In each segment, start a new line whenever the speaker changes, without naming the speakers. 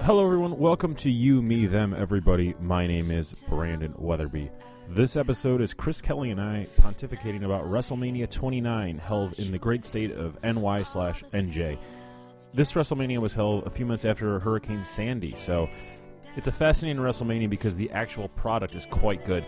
Hello, everyone. Welcome to You, Me, Them, Everybody. My name is Brandon Weatherby. This episode is Chris Kelly and I pontificating about WrestleMania 29, held in the great state of NY slash NJ. This WrestleMania was held a few months after Hurricane Sandy, so it's a fascinating WrestleMania because the actual product is quite good.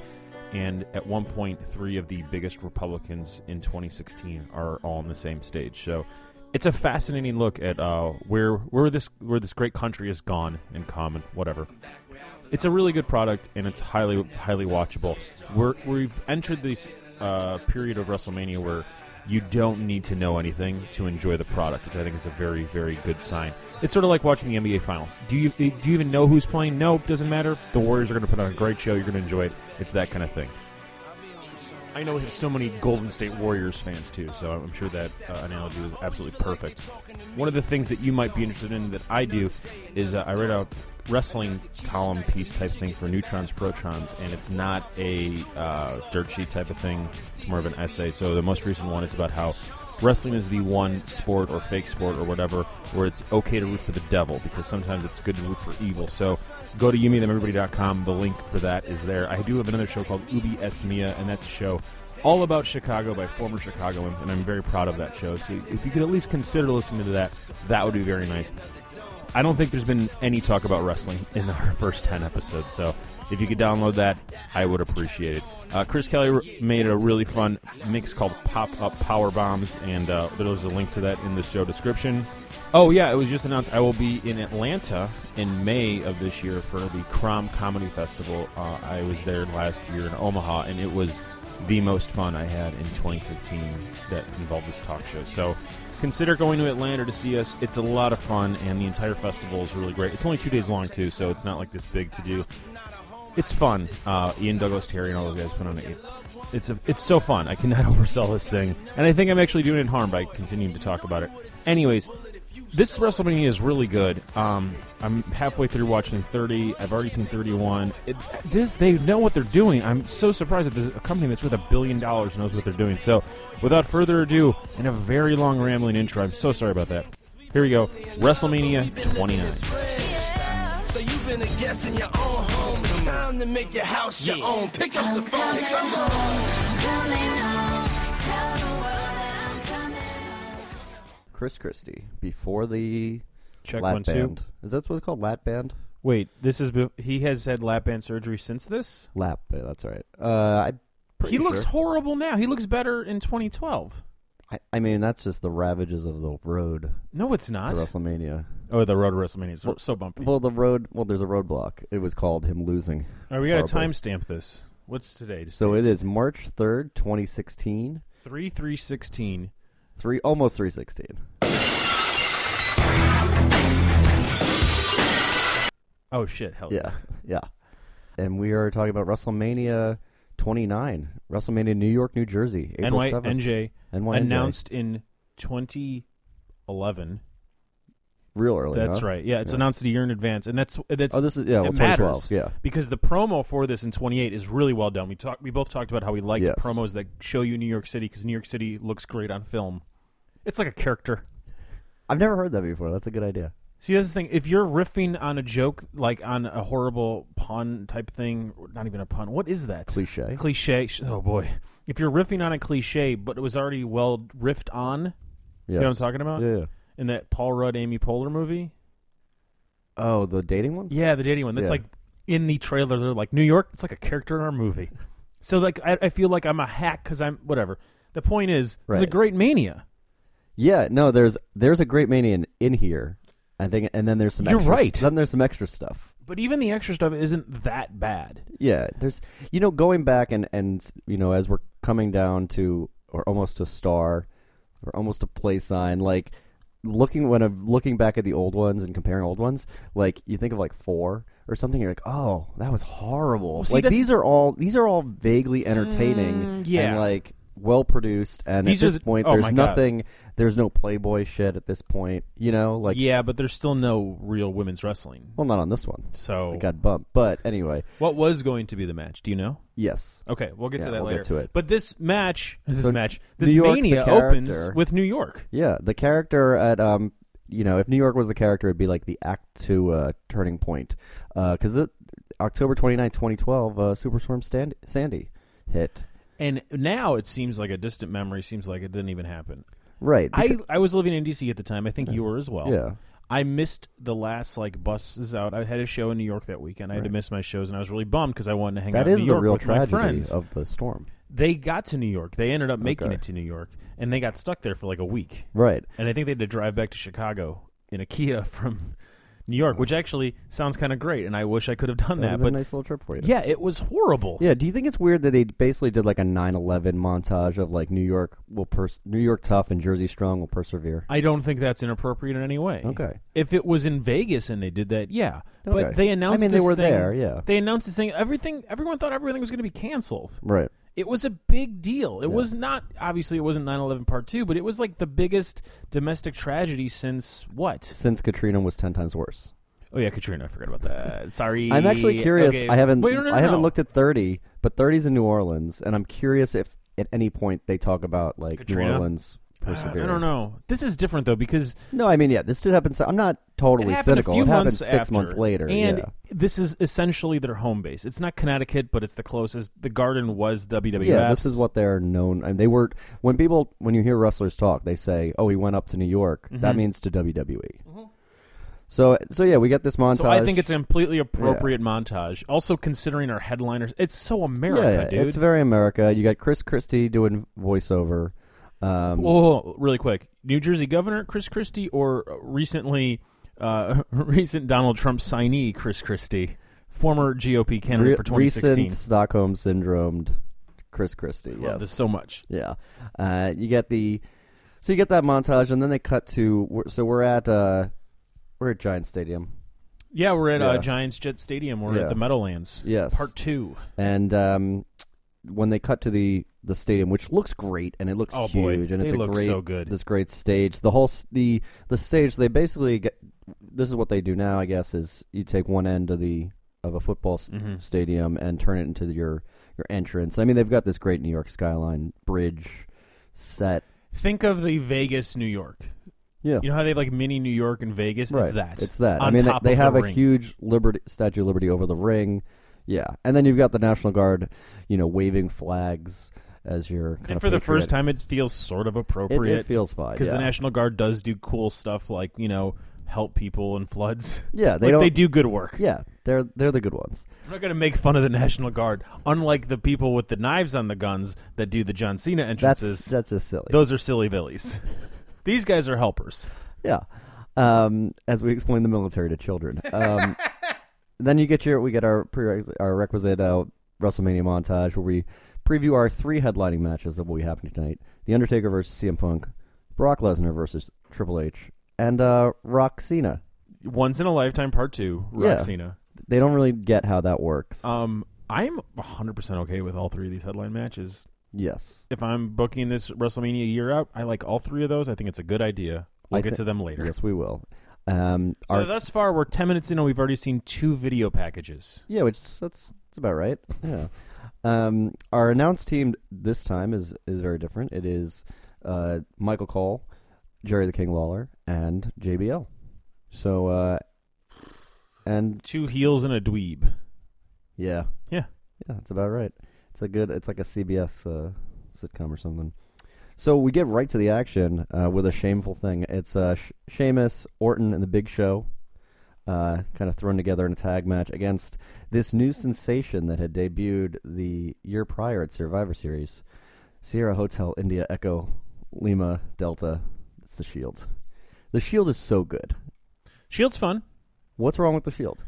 And at one point, three of the biggest Republicans in 2016 are all on the same stage. So it's a fascinating look at uh, where where this where this great country has gone in common. Whatever. It's a really good product, and it's highly highly watchable. We're, we've entered this uh, period of WrestleMania where you don't need to know anything to enjoy the product, which I think is a very very good sign. It's sort of like watching the NBA Finals. Do you do you even know who's playing? Nope, doesn't matter. The Warriors are going to put on a great show. You're going to enjoy it. It's that kind of thing. I know we have so many Golden State Warriors fans too, so I'm sure that uh, analogy was absolutely perfect. One of the things that you might be interested in that I do is uh, I read a wrestling column piece type thing for Neutrons Protons, and it's not a uh, dirt sheet type of thing. It's more of an essay. So the most recent one is about how wrestling is the one sport or fake sport or whatever where it's okay to root for the devil because sometimes it's good to root for evil. So go to youmeethemeverybody.com. The link for that is there. I do have another show called Ubi Est Mia, and that's a show all about Chicago by former Chicagoans, and I'm very proud of that show. So if you could at least consider listening to that, that would be very nice. I don't think there's been any talk about wrestling in our first 10 episodes, so if you could download that, I would appreciate it. Uh, Chris Kelly r- made a really fun mix called Pop Up Power Bombs, and uh, there's a link to that in the show description. Oh, yeah, it was just announced I will be in Atlanta in May of this year for the Crom Comedy Festival. Uh, I was there last year in Omaha, and it was the most fun I had in 2015 that involved this talk show. So consider going to Atlanta to see us. It's a lot of fun, and the entire festival is really great. It's only two days long, too, so it's not like this big to do. It's fun. Uh, Ian Douglas, Terry, and all those guys put on it. It's a, it's so fun. I cannot oversell this thing, and I think I'm actually doing it harm by continuing to talk about it. Anyways, this WrestleMania is really good. Um, I'm halfway through watching 30. I've already seen 31. It, this they know what they're doing. I'm so surprised that this, a company that's worth a billion dollars knows what they're doing. So, without further ado, and a very long rambling intro, I'm so sorry about that. Here we go. WrestleMania 29.
So you've been a guest in your own home. It's time to make your house your own. Pick up the phone. Pick up the phone.
Chris Christie before the
Check
Lat
one two.
Band. Is that what it's called? Lat Band?
Wait, this is be- he has had lap band surgery since this.
Lap. yeah, That's all right. Uh, I'm pretty
he looks
Sure.
horrible now. He looks better in 2012.
I, I mean, that's just the ravages of the road
No, it's
to
not.
WrestleMania.
Oh, the road to WrestleMania is
Well-
so bumpy.
Well, the road. Well, there's a roadblock. It was called him losing.
All right, we got to
horrible.
timestamp this. What's today? Just
uh, So it
dates.
is March third, 2016.
three three sixteen.
Three almost 316.
Oh shit! Hell
Yeah, yeah. And we are talking about WrestleMania 29, WrestleMania New York, New Jersey, April
NY,
7th.
NJ
NYNJ.
announced in 2011.
real early.
That's
huh?
right. Yeah, it's
Yeah.
announced a year in advance, and that's that's
Oh, this is yeah, well,
it
2012.
matters.
Yeah,
because the promo for this in 28 is really well done. We talked. We both talked about how we like
Yes.
promos that show you New York City because New York City looks great on film. It's like a character.
I've never heard that before. That's a good idea.
See, that's the thing. If you're riffing on a joke, like on a horrible pun type thing, or not even a pun. What is that?
Cliche.
Cliche. sh- Oh boy. If you're riffing on a cliche, but it was already well riffed on, You know what I'm
Yes.
talking about?
Yeah. yeah.
in that Paul Rudd Amy Poehler movie.
Oh, the dating one?
Yeah, the dating one. That's
Yeah.
like in the trailer. They're like New York. It's like a character in our movie. So like I, I feel like I'm a hack because I'm whatever. The point is, it's a
Right.
great mania.
Yeah, no, there's there's a great manian in here. I think and then there's some
You're
extra
right.
then there's some extra stuff.
But even the extra stuff isn't that bad.
Yeah, there's you know going back and and you know as we're coming down to or almost to star or almost to play sign like looking when I'm looking back at the old ones and comparing old ones like you think of like 4 or something you're like oh that was horrible.
Well, see,
like
that's-
these are all these are all vaguely entertaining
Mm, yeah.
and like well produced and
These are
at this
the-
point
oh my
there's
God.
nothing there's no playboy shit at this point, you know, like
yeah, but there's still no real women's wrestling.
Well, not on this one.
So
It got bumped. But anyway,
what was going to be the match? Do you know?
yes.
Okay, we'll get to
Yeah,
that
we'll
later.
get to it.
But this match, this
So
match, this
New York's the
mania opens
character.
with New York.
Yeah, the character at um you know, if New York was the character, it'd be like the Act Two uh, turning point. Because it October 29, 2012, uh, Superstorm Stand- Sandy hit.
And now it seems like a distant memory. Seems like it didn't even happen.
Right.
I,
because-
I was living in DC at the time. I think you were as well.
yeah.
I missed the last like buses out. I had a show in New York that weekend. I had to miss my shows, and I was really bummed because I wanted to hang out.
That
in
is
New
the
York
real
with my
tragedy
friends.
of the storm.
They got to New York. They ended up making
Okay.
it to New York, and they got stuck there for like a week.
Right.
And I think they had to drive back to Chicago in a Kia from New York, which actually sounds kind of great. And I wish I could have done
That'd
that,
have
but
been a nice little trip for you.
yeah, it was horrible.
Yeah, do you think it's weird that they basically did like a 9/11 montage of like New York will pers- New York tough and Jersey strong will persevere?
I don't think that's inappropriate in any way.
Okay.
If it was in Vegas and they did that, yeah.
Okay.
But they announced.
I mean, they
this
were
thing-
there, yeah.
They announced this thing. Everything. Everyone thought everything was going to be canceled.
Right.
It was a big deal. It was not obviously it wasn't 9/11 part 2, but it was like the biggest domestic tragedy since what?
Since Katrina was 10 times worse.
Oh yeah, Katrina, I forgot about that. Sorry.
I'm actually curious.
Okay.
I haven't
Wait, no, no, no,
I haven't
no.
looked at 30, but 30's in New Orleans and I'm curious if at any point they talk about like New
Katrina? Uh,
Orleans persevering.
I don't know. This is different though because
No, I mean, yeah, this did happen. So I'm not
it
totally
happened a
cynical.
few
it happened
months
six
after,
months later.
and
yeah.
this is essentially their home base. It's not Connecticut, but it's the closest. The Garden was WWF.
Yeah, this is what they're known. And they were when people when you hear wrestlers talk, they say, "Oh, he went up to New York." That
Mm-hmm.
means to WWE. So, so yeah, we get this montage.
So I think it's a completely appropriate montage. Also considering our headliners, it's so
yeah,
America, dude.
it's very America. You got Chris Christie doing voiceover. Um,
Whoa, whoa, whoa, really quick. New Jersey Governor Chris Christie or recently uh, recent Donald Trump signee Chris Christie, former GOP candidate
re-
for 2016.
recent Stockholm syndromed Chris Christie.
Love
yes,
this so much.
Yeah. Uh, you get the so you get that montage, and then they cut to we're- so we're at uh, we're at Giant Stadium.
Yeah, we're at
Yeah.
Uh, Giants Jet Stadium. We're
Yeah.
at the Meadowlands.
Yes.
Part 2.
and um, when they cut to the the stadium, which looks great and it looks
Oh, boy.
huge, and it's
They
a
look
great
so good.
this great stage. The whole s- the the stage they basically get, this is what they do now, I guess, is you take one end of the of a football s-
Mm-hmm.
stadium and turn it into your your entrance. I mean, they've got this great New York skyline bridge set.
Think of the Vegas, New York.
Yeah.
You know how they have like mini New York and Vegas? It's that.
It's that.
On
I mean,
top
they, they
of the
have a
ring.
huge liberty Statue of Liberty over the ring. Yeah, and then you've got the National Guard, you know, waving flags as you're. Kind
And
of
for the first
patriotic.
time, it feels sort of
It,
appropriate.
it feels fine
because
yeah.
the National Guard does do cool stuff like you know help people in floods.
Yeah, they
Like,
don't-
they do good work.
Yeah, they're they're the good ones.
I'm not gonna make fun of the National Guard, unlike the people with the knives on the guns that do the John Cena
That's
entrances.
that's just silly.
Those are silly billies. These guys are helpers.
yeah, um, as we explain the military to children. Um, then you get your we get our prerequisite our requisite uh, WrestleMania montage where we preview our three headlining matches that will be happening tonight: The Undertaker versus CM Punk, Brock Lesnar versus Triple H, and uh, Rock Cena.
Once in a lifetime, part two.
Yeah.
Rock Cena.
They don't really get how that works.
Um, I'm 100 percent okay with all three of these headline matches.
yes,
If I'm booking this WrestleMania year out, I like all three of those. I think it's a good idea. We'll
I
get
thi-
to them later.
yes, we will. Um,
So
our-
thus far, we're 10 minutes in, and we've already seen two video packages.
Yeah, which that's that's about right. Yeah. um, our announced team this time is is very different. It is uh, Michael Cole, Jerry the King Lawler, and JBL. So uh, and
Two heels and a dweeb.
yeah,
Yeah.
yeah, that's about right. It's a good. It's like a CBS uh, sitcom or something. So we get right to the action uh, with a shameful thing. It's uh, Sh- Sheamus, Orton, and the Big Show, uh, kind of thrown together in a tag match against this new sensation that had debuted the year prior at Survivor Series, Sierra Hotel India Echo Lima Delta. It's the Shield. The Shield is so good.
Shield's fun.
What's wrong with the Shield?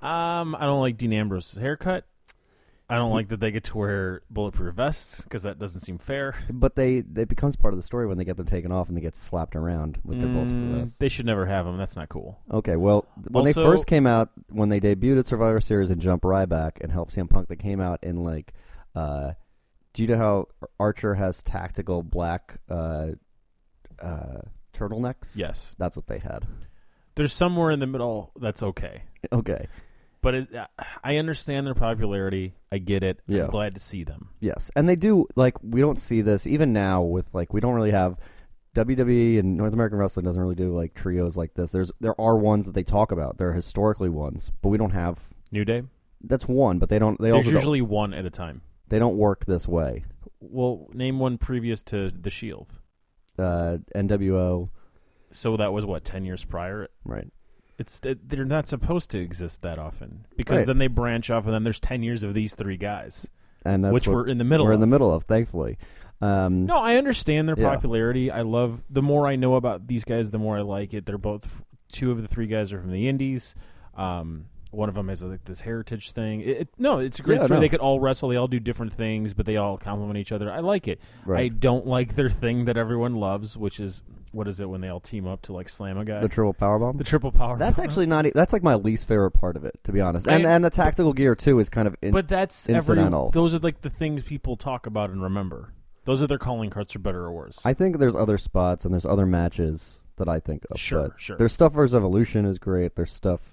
Um, I don't like Dean Ambrose's haircut. I
Hmm.
don't like that they get to wear bulletproof vests because that doesn't seem fair.
But they it becomes part of the story when they get them taken off and they get slapped around with their bolts.
Mm, they should never have them. That's not cool.
Okay, well, when they
Also-
first came out, when they debuted at Survivor Series and Jump Ryback and Help CM Punk, they came out in like, uh, do you know how Archer has tactical black uh, uh, turtlenecks?
Yes,
that's what they had.
there's somewhere in the middle that's okay,
Okay,
but it, uh, I understand their popularity. I get it.
Yeah.
I'm glad to see them.
yes, and they do like we don't see this even now with like we don't really have WWE and North American Wrestling doesn't really do like trios like this. There's there are ones that they talk about. They're historically ones, but we don't have.
New Day.
That's one, but they don't. They
There's
also don't-
usually one at a time.
they don't work this way.
Well, name one previous to the Shield.
Uh, NWO,
So that was what ten years prior.
right?
It's it- they're not supposed to exist that often because
Right.
then they branch off and then there's ten years of these three guys,
And that's
which
what
we're in the middle.
we're in
of.
the middle of, thankfully. Um,
No, I understand their
Yeah.
popularity. I love the more I know about these guys, the more I like it. They're both two of the three guys are from the Indies. Um, one of them has like this heritage thing. It, it- no, it's a great
Yeah,
story.
no.
They could all wrestle. They all do different things, but they all complement each other. I like it. I
Right.
don't like their thing that everyone loves, which is what is it when they all team up to like slam a guy?
the triple powerbomb.
The triple power.
That's
bomb.
actually not. e- That's like my least favorite part of it, to be honest. And
I-
and the tactical gear too is kind of. In,
but that's every-
incidental.
those are like the things people talk about and remember. Those are their calling cards for better or worse.
I think there's other spots and there's other matches that I think of.
Sure,
but
sure.
There's stuff versus Evolution is great. There's stuff,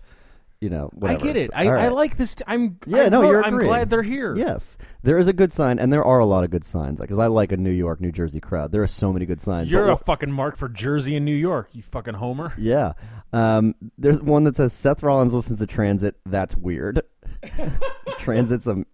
you know.
I
Whatever.
get it. I,
All
I
right.
like this. T- I'm
Yeah,
I
no,
love-
you're
I'm
agreeing.
glad they're here.
Yes, there is a good sign, and there are a lot of good signs. Because I like a New York, New Jersey crowd. There are so many good signs.
You're
but
a fucking mark for Jersey and New York, you fucking homer.
Yeah. Um, there's one that says Seth Rollins listens to Transit. That's weird. Transit's a,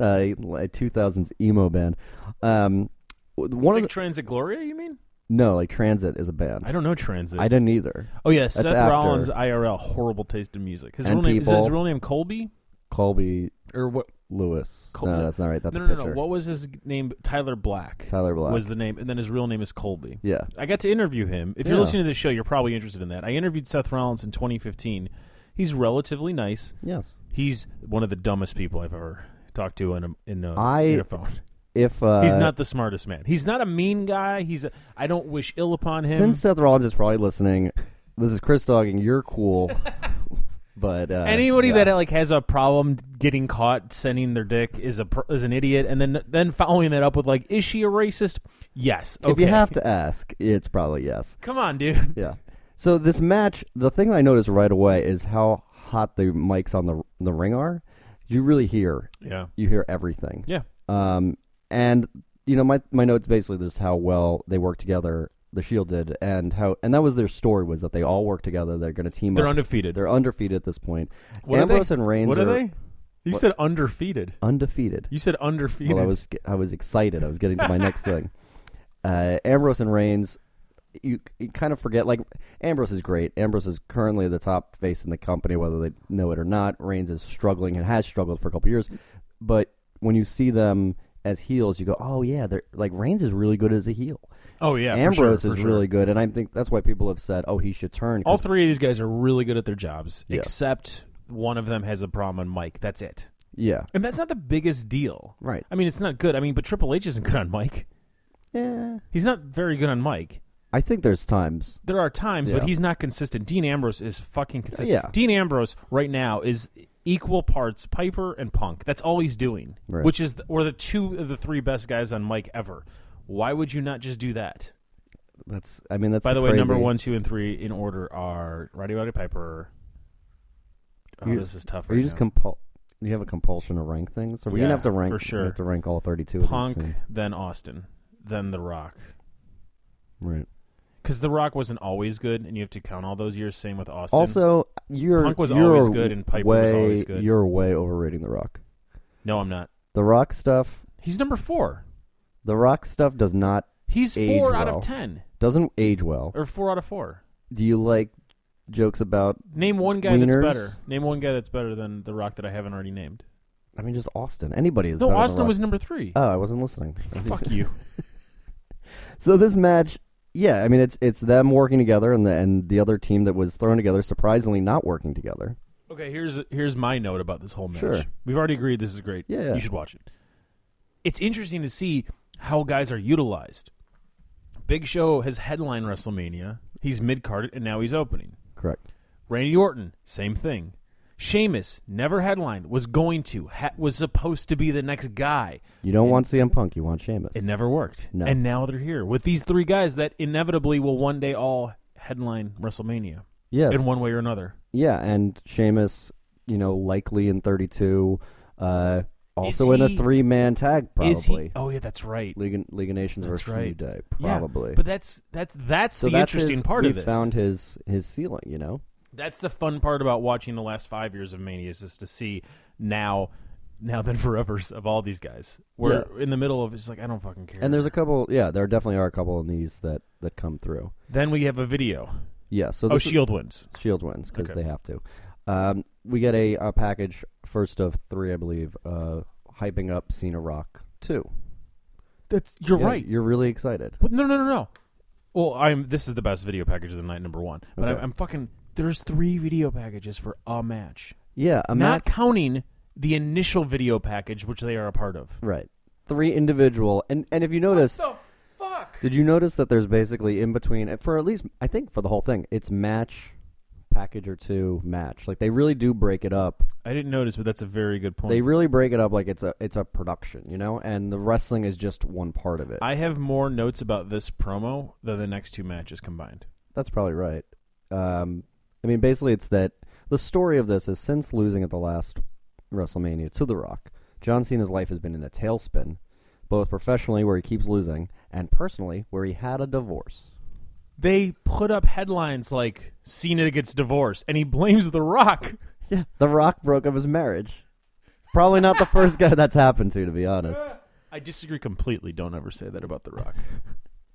uh, a 2000s emo band. Um, w- one
Sick
of the,
Transit Gloria, you mean?
no, like Transit is a band.
I don't know Transit.
I didn't either.
oh, yeah, Seth
after.
Rollins, IRL, horrible taste in music. His
And
real name, is his
people.
real name Colby?
Colby
Or what?
Lewis.
Col-
no, that's not right. That's
no,
a
no,
picture.
no, no. What was his name? Tyler Black.
Tyler Black.
was the name, and then his real name is Colby.
yeah.
I got to interview him. If you're
Yeah.
listening to this show, you're probably interested in that. I interviewed Seth Rollins in 2015. He's relatively nice.
Yes.
He's one of the dumbest people I've ever talked to in a, in a,
I-
in a phone.
If uh,
He's not the smartest man. He's not a mean guy. He's a, I don't wish ill upon him.
Since Seth Rollins is probably listening, this is Chris Dogging. You're cool. but uh,
Anybody
yeah.
that like has a problem getting caught sending their dick is a pr- is an idiot, and then then following that up with like, is she a racist? Yes. Okay.
if you have to ask, it's probably yes.
come on, dude.
Yeah. So this match, the thing I noticed right away is how hot the mics on the the ring are. You really hear,
Yeah,
you hear everything.
yeah.
Um, and you know, my my notes basically just how well they work together. The Shield did, and how, and that was their story was that they all work together. They're going to team
They're
up.
undefeated.
They're undefeated at this point.
What are they?
Ambrose and Reigns
what are
are
they? You
What-
said undefeated.
undefeated.
You said undefeated.
Well, I was I was excited. I was getting to my next thing. Uh, Ambrose and Reigns, you, you kind of forget. Like Ambrose is great. Ambrose is currently the top face in the company, whether they know it or not. Reigns is struggling and has struggled for a couple years. But when you see them as heels, you go, "Oh yeah, they're like Reigns is really good as a heel.
oh yeah, for
Ambrose
sure, for
is
sure.
really good." And I think that's why people have said, "Oh, he should turn." 'cause
All three of these guys are really good at their jobs,
Yeah.
except one of them has a problem on Mike. That's it,
yeah,
and that's not the biggest deal.
right.
I mean, it's not good. I mean, but Triple H isn't good on Mike.
Yeah,
He's not very good on Mike.
I think there's times.
There are times, but
Yeah.
he's not consistent. Dean Ambrose is fucking consistent.
Yeah.
Dean Ambrose right now is equal parts Piper and Punk. That's all he's doing,
Right.
which is or the two of the three best guys on Mike ever. Why would you not just do that?
That's. I mean, that's
By the way,
crazy-
number one, two, and three in order are Roddy Roddy Piper. Oh,
You-
this is tough.
Are
right
you just
now.
compul? You have a compulsion to rank things. Are we
Yeah,
gonna have to rank?
for
we
sure.
have to rank all thirty-two. of these
Punk,
soon.
then Austin, then The Rock.
right?
Because The Rock wasn't always good, and you have to count all those years. Same with Austin.
Also, you're
Punk was
you're
always good and Piper
way,
was always good.
You're way overrating the Rock.
no, I'm not.
The Rock stuff.
He's number four.
The Rock stuff does not
He's
Age
four out
well.
of ten,
doesn't age well.
or four out of four.
Do you like jokes about?
Name one guy
Wieners?
that's better. Name one guy that's better than The Rock that I haven't already named.
I mean, just Austin. Anybody is
no,
better than
Austin
Rock.
was number three.
Oh, I wasn't listening.
Fuck you.
So this match, yeah, I mean it's it's them working together and the and the other team that was thrown together surprisingly not working together.
Okay, here's here's my note about this whole match.
Sure.
We've already agreed this is great.
Yeah, yeah.
You should watch it. It's interesting to see how guys are utilized. Big Show has headline WrestleMania. He's mid carded and now he's opening.
Correct.
Randy Orton, same thing. Sheamus never headlined, was going to, ha- was supposed to be the next guy.
You don't want CM Punk. You want Sheamus.
It never worked.
No.
And now they're here with these three guys that inevitably will one day all headline WrestleMania
yes.
in one way or another.
Yeah, and Sheamus, you know, likely in 32. Uh, Also in
he-
a three man tag, probably.
Is he? Oh yeah, that's right.
League, of- League of Nations
That's
versus New
right.
Day,
Yeah,
probably.
But that's that's that's
so
the
that's
interesting
his-
part
we
of this.
found his his ceiling, you know.
That's the fun part about watching the last five years of Mania is just to see now, now than forever's of all these guys. We're in the middle of it's like I don't fucking care.
And there's a couple, yeah, there definitely are a couple in these that that come through.
then we have a video.
Yeah, so
Oh,
this is-
Shield wins.
Shield E wins because
Okay.
they have to. Um, we get a, a package first of three, I believe, uh, hyping up Cena Rock two.
That's you're
Yeah,
right.
You're really excited.
But no, no, no, no. Well, I'm. This is the best video package of the night, number one. But
Okay.
I'm, I'm fucking. There's three video packages for a match,
Yeah, I'm
not counting the initial video package which they are a part of.
right. Three individual, and and if you notice,
What the fuck?
did you notice that there's basically in between for at least I think for the whole thing, it's match package or two match. Like they really do break it up.
I didn't notice, but that's a very good point.
They really break it up like it's a it's a production, you know, and the wrestling is just one part of it.
I have more notes about this promo than the next two matches combined.
That's probably right. Um, I mean, basically, it's that the story of this is since losing at the last WrestleMania to The Rock, John Cena's life has been in a tailspin, both professionally, where he keeps losing, and personally, where he had a divorce.
They put up headlines like Cena gets divorced and he blames The Rock.
Yeah. The Rock broke up his marriage. Probably not the first guy that's happened to, to be honest.
I disagree completely. Don't ever say that about The Rock.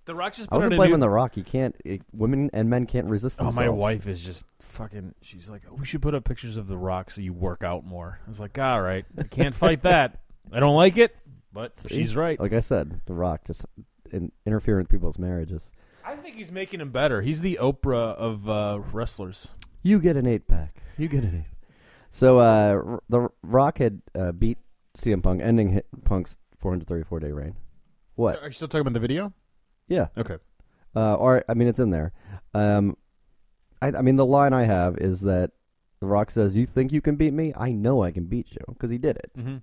The Rock just put out
I wasn't
a
blaming
new-
The Rock. He can't. It, women and men can't resist
Oh,
themselves.
my wife is just fucking. She's like, we should put up pictures of The Rock so you work out more. I was like, all right, I can't fight that. I don't like it, but she's right.
Like I said, The Rock just in, interfering with people's marriages.
I think he's making him better. He's the Oprah of uh, wrestlers.
You get an eight pack. You get an eight. So uh, R- the Rock had uh, beat CM Punk, ending hit Punk's 434 day reign. What?
Are you still talking about the video?
Yeah.
Okay.
Uh, or I mean, it's in there. Um, I, I mean, the line I have is that the Rock says, "You think you can beat me? I know I can beat you because he did it."
Mm-hmm.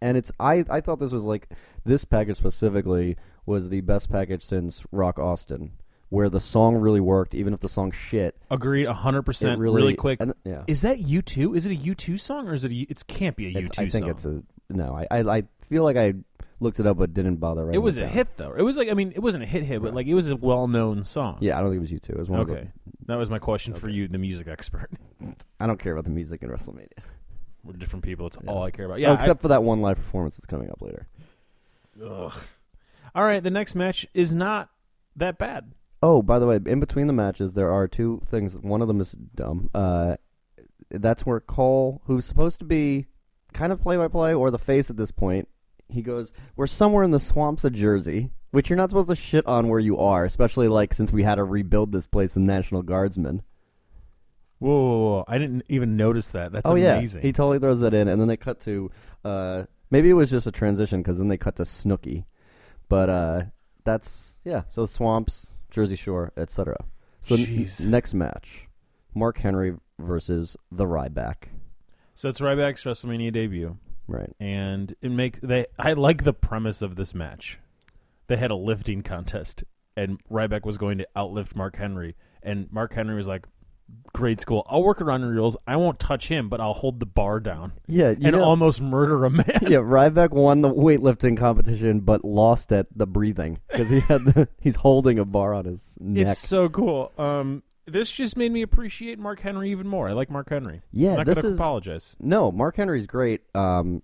And it's I I thought this was like this package specifically was the best package since Rock Austin, where the song really worked, even if the song shit.
Agreed, hundred
It
percent.
really,
Really, quick.
and- yeah.
is that U two? Is it a U two song or is it? A, U- it can't be a U
It's-
two.
I think
song.
it's a no. I, I I feel like I looked it up, but didn't bother. Right.
It was a hit though. It was like I mean, it wasn't a hit hit, but like it was a well known song.
Yeah, I don't think it was you two. It was one of
Okay,
them.
that was my question for you, the music expert.
I don't care about the music in WrestleMania.
We're different people. It's all I care about.
Yeah, Oh,
Yeah. I-
except for that one live performance that's coming up later.
ugh. All right. The next match is not that bad.
Oh, by the way, in between the matches, there are two things. One of them is dumb. Uh, that's where Cole, who's supposed to be kind of play-by-play or the face at this point, he goes, "We're somewhere in the swamps of Jersey." Which you're not supposed to shit on where you are, especially like since we had to rebuild this place with National Guardsmen.
Whoa, whoa, whoa. I didn't even notice that. That's
oh
amazing.
yeah, he totally throws that in, and then they cut to uh, maybe it was just a transition because then they cut to Snooky, but uh, that's yeah. So swamps, Jersey Shore, etc. So n-
Jeez.
next match, Mark Henry versus the Ryback.
so it's Ryback's WrestleMania debut,
Right.
and it make they. I like the premise of this match. They had a lifting contest, and Ryback was going to outlift Mark Henry, and Mark Henry was like. Grade school. I'll work around your rules. I won't touch him, but I'll hold the bar down
Yeah. You
and
know,
almost murder a man.
yeah. Ryback won the weightlifting competition, but lost at the breathing because he had the, he's holding a bar on his neck.
It's so cool. Um, this just made me appreciate Mark Henry even more. I like Mark Henry.
yeah.
I'm not
this
gonna
is
apologize.
No, Mark Henry's great. Um,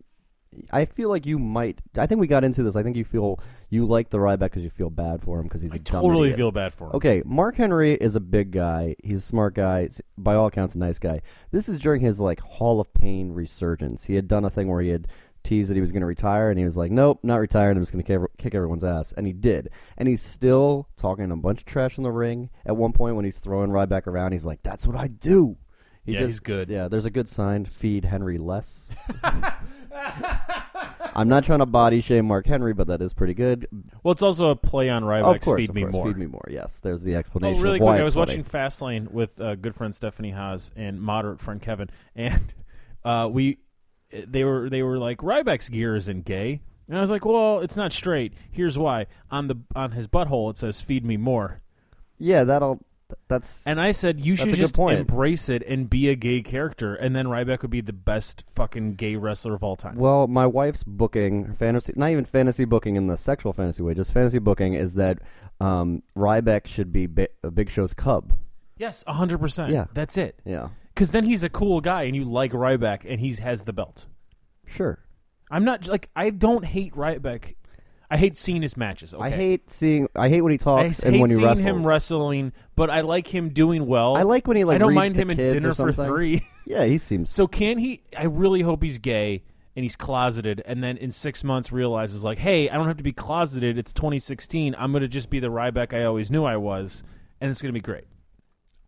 I feel like you might. I think we got into this. I think you feel you like the Ryback because you feel bad for him because he's a
I
dumb
totally
idiot.
feel bad for him.
Okay, Mark Henry is a big guy. He's a smart guy. He's, by all accounts, a nice guy. This is during his like Hall of Pain resurgence. He had done a thing where he had teased that he was going to retire, and he was like, "Nope, not retiring. I'm just going to kick everyone's ass," and he did. And he's still talking a bunch of trash in the ring. At one point, when he's throwing Ryback around, he's like, "That's what I do." He
Yeah,
just-
he's good.
Yeah, there's a good sign. Feed Henry less. I'm not trying to body shame Mark Henry, but that is pretty good.
Well, it's also a play on Ryback.
of course,
feed
of
me
course.
more.
Feed me more. Yes, there's the
Oh,
explanation.
really
of
quick!
why
I was
it's funny.
watching Fastlane with uh, good friend Stephanie Haas and moderate friend Kevin, and uh, we they were they were like Ryback's gear isn't gay, and I was like, well, it's not straight. Here's why: on the on his butthole it says "Feed me more."
Yeah, that'll That's
And I said you should
That's a good
just
point.
embrace it and be a gay character, and then Ryback would be the best fucking gay wrestler of all time.
Well, my wife's booking her fantasy, not even fantasy booking in the sexual fantasy way, just fantasy booking is that um, Ryback should be Bi- uh, Big Show's cub.
yes, hundred percent.
Yeah.
that's it.
Yeah,
Because then he's a cool guy, and you like Ryback, and he has the belt.
sure.
I'm not like I don't hate Ryback. I hate seeing his matches. Okay?
I hate seeing. I hate when he
I
talks
hate
and when he
seeing
wrestles.
him wrestling, but I like him doing well.
I like when he like.
I don't
reads
mind
to
him in
kids or
Dinner for
something.
Three.
Yeah, he seems.
So can he? I really hope he's gay and he's closeted, and then in six months realizes like, hey, I don't have to be closeted. It's 2016. I'm gonna just be the Ryback I always knew I was, and it's gonna be great.